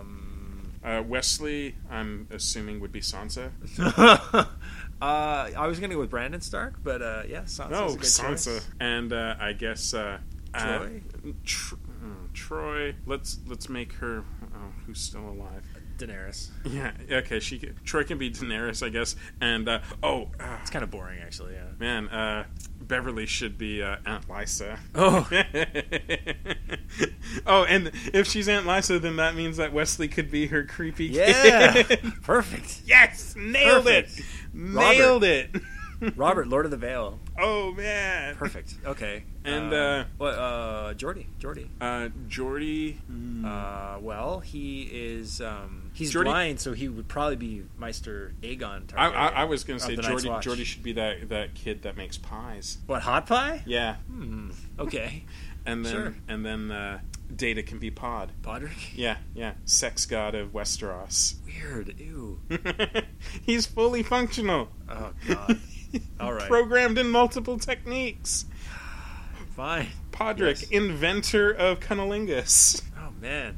[SPEAKER 2] Um,
[SPEAKER 1] Uh, Wesley, I'm assuming would be Sansa.
[SPEAKER 2] uh, I was gonna go with Brandon Stark, but uh, yeah, Sansa's
[SPEAKER 1] No,
[SPEAKER 2] a good
[SPEAKER 1] Sansa,
[SPEAKER 2] choice.
[SPEAKER 1] and uh, I guess uh, uh,
[SPEAKER 2] Troy?
[SPEAKER 1] Tr- mm, Troy. Let's let's make her. Oh, who's still alive?
[SPEAKER 2] Daenerys.
[SPEAKER 1] Yeah. Okay. She can, Troy can be Daenerys, I guess. And uh, oh uh,
[SPEAKER 2] It's kind of boring, actually. Yeah.
[SPEAKER 1] man, uh, Beverly should be uh, Aunt Lysa.
[SPEAKER 2] Oh,
[SPEAKER 1] oh, and if she's Aunt Lysa, then that means that Wesley could be her creepy
[SPEAKER 2] yeah,
[SPEAKER 1] kid.
[SPEAKER 2] perfect.
[SPEAKER 1] yes, nailed it,
[SPEAKER 2] Perfect.
[SPEAKER 1] nailed it.
[SPEAKER 2] Robert, Lord of the Vale,
[SPEAKER 1] oh man,
[SPEAKER 2] perfect. Okay.
[SPEAKER 1] And, uh,
[SPEAKER 2] what? Uh, Jordy, Jordy.
[SPEAKER 1] Uh, Jordy.
[SPEAKER 2] Uh, well, he is. Um, he's
[SPEAKER 1] Jordy-
[SPEAKER 2] blind, so he would probably be Meister Aegon. Targaryen.
[SPEAKER 1] I, I, I was going
[SPEAKER 2] of
[SPEAKER 1] to say
[SPEAKER 2] the Night's
[SPEAKER 1] Jordy.
[SPEAKER 2] Watch.
[SPEAKER 1] Jordy should be that that kid that makes pies.
[SPEAKER 2] What hot pie?
[SPEAKER 1] Yeah,
[SPEAKER 2] Hmm. Okay.
[SPEAKER 1] and then
[SPEAKER 2] Sure.
[SPEAKER 1] and then uh, Data can be Pod.
[SPEAKER 2] Podrick.
[SPEAKER 1] Yeah, yeah, sex god of Westeros.
[SPEAKER 2] Weird. Ew.
[SPEAKER 1] He's fully functional.
[SPEAKER 2] Oh God. All right.
[SPEAKER 1] Programmed in multiple techniques.
[SPEAKER 2] Fine.
[SPEAKER 1] Podrick,
[SPEAKER 2] Yes.
[SPEAKER 1] inventor of cunnilingus.
[SPEAKER 2] Oh man.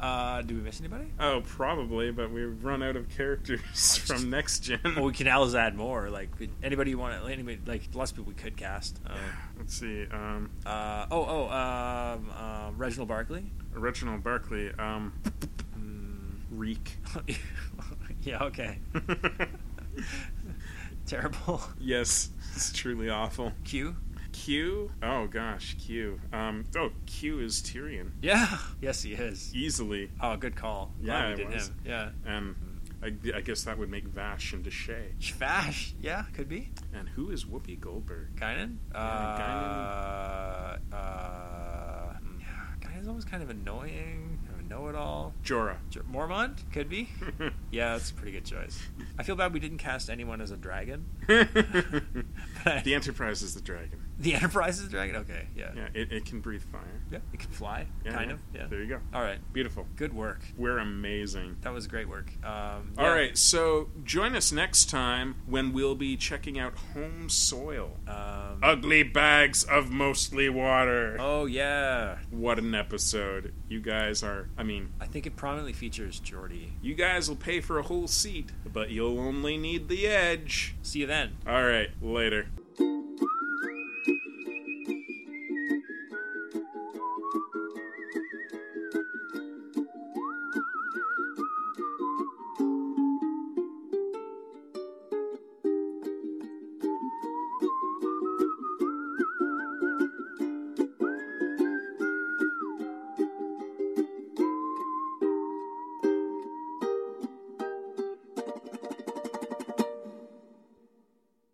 [SPEAKER 2] Uh, do we miss anybody?
[SPEAKER 1] Oh, probably, but we've run out of characters from next gen.
[SPEAKER 2] Well, we can always add more. Like anybody you want. Anybody like lots of people we could cast. Um,
[SPEAKER 1] Let's see. Um,
[SPEAKER 2] uh, oh oh. Um, uh, Reginald Barkley.
[SPEAKER 1] Reginald Barkley. Um, mm, reek.
[SPEAKER 2] yeah. Okay. Terrible.
[SPEAKER 1] Yes, it's truly awful.
[SPEAKER 2] Q.
[SPEAKER 1] Q? Oh gosh, Q. Um, oh, Q is Tyrion
[SPEAKER 2] Yeah. Yes, he is.
[SPEAKER 1] easily,
[SPEAKER 2] Oh, good call.
[SPEAKER 1] Yeah,
[SPEAKER 2] Glad
[SPEAKER 1] it
[SPEAKER 2] we did
[SPEAKER 1] was.
[SPEAKER 2] him. Yeah.
[SPEAKER 1] and I, I guess that would make Vash and Deshay.
[SPEAKER 2] Shvash. Yeah, could be.
[SPEAKER 1] And who is Whoopi Goldberg?
[SPEAKER 2] Guinan.
[SPEAKER 1] Yeah,
[SPEAKER 2] Uh, uh, hmm. yeah, Guinan's always kind of annoying. Kind of know it all.
[SPEAKER 1] Jorah.
[SPEAKER 2] J- Mormont could be. Yeah, that's a pretty good choice. I feel bad we didn't cast anyone as a dragon.
[SPEAKER 1] the Enterprise is the dragon.
[SPEAKER 2] The Enterprise is a dragon. Okay, yeah, yeah,
[SPEAKER 1] Yeah, it, it can breathe fire.
[SPEAKER 2] It can fly,
[SPEAKER 1] Yeah,
[SPEAKER 2] kind
[SPEAKER 1] yeah.
[SPEAKER 2] of. Yeah.
[SPEAKER 1] There you go.
[SPEAKER 2] All right.
[SPEAKER 1] Beautiful.
[SPEAKER 2] Good work.
[SPEAKER 1] We're amazing.
[SPEAKER 2] That was great work. Um,
[SPEAKER 1] All
[SPEAKER 2] yeah.
[SPEAKER 1] right, so join us next time when we'll be checking out home soil.
[SPEAKER 2] Um,
[SPEAKER 1] Ugly bags of mostly water.
[SPEAKER 2] oh yeah.
[SPEAKER 1] What an episode. You guys are, I mean,
[SPEAKER 2] I think it prominently features Jordy.
[SPEAKER 1] you guys will pay for a whole seat, but you'll only need the edge.
[SPEAKER 2] See you then.
[SPEAKER 1] All right, later.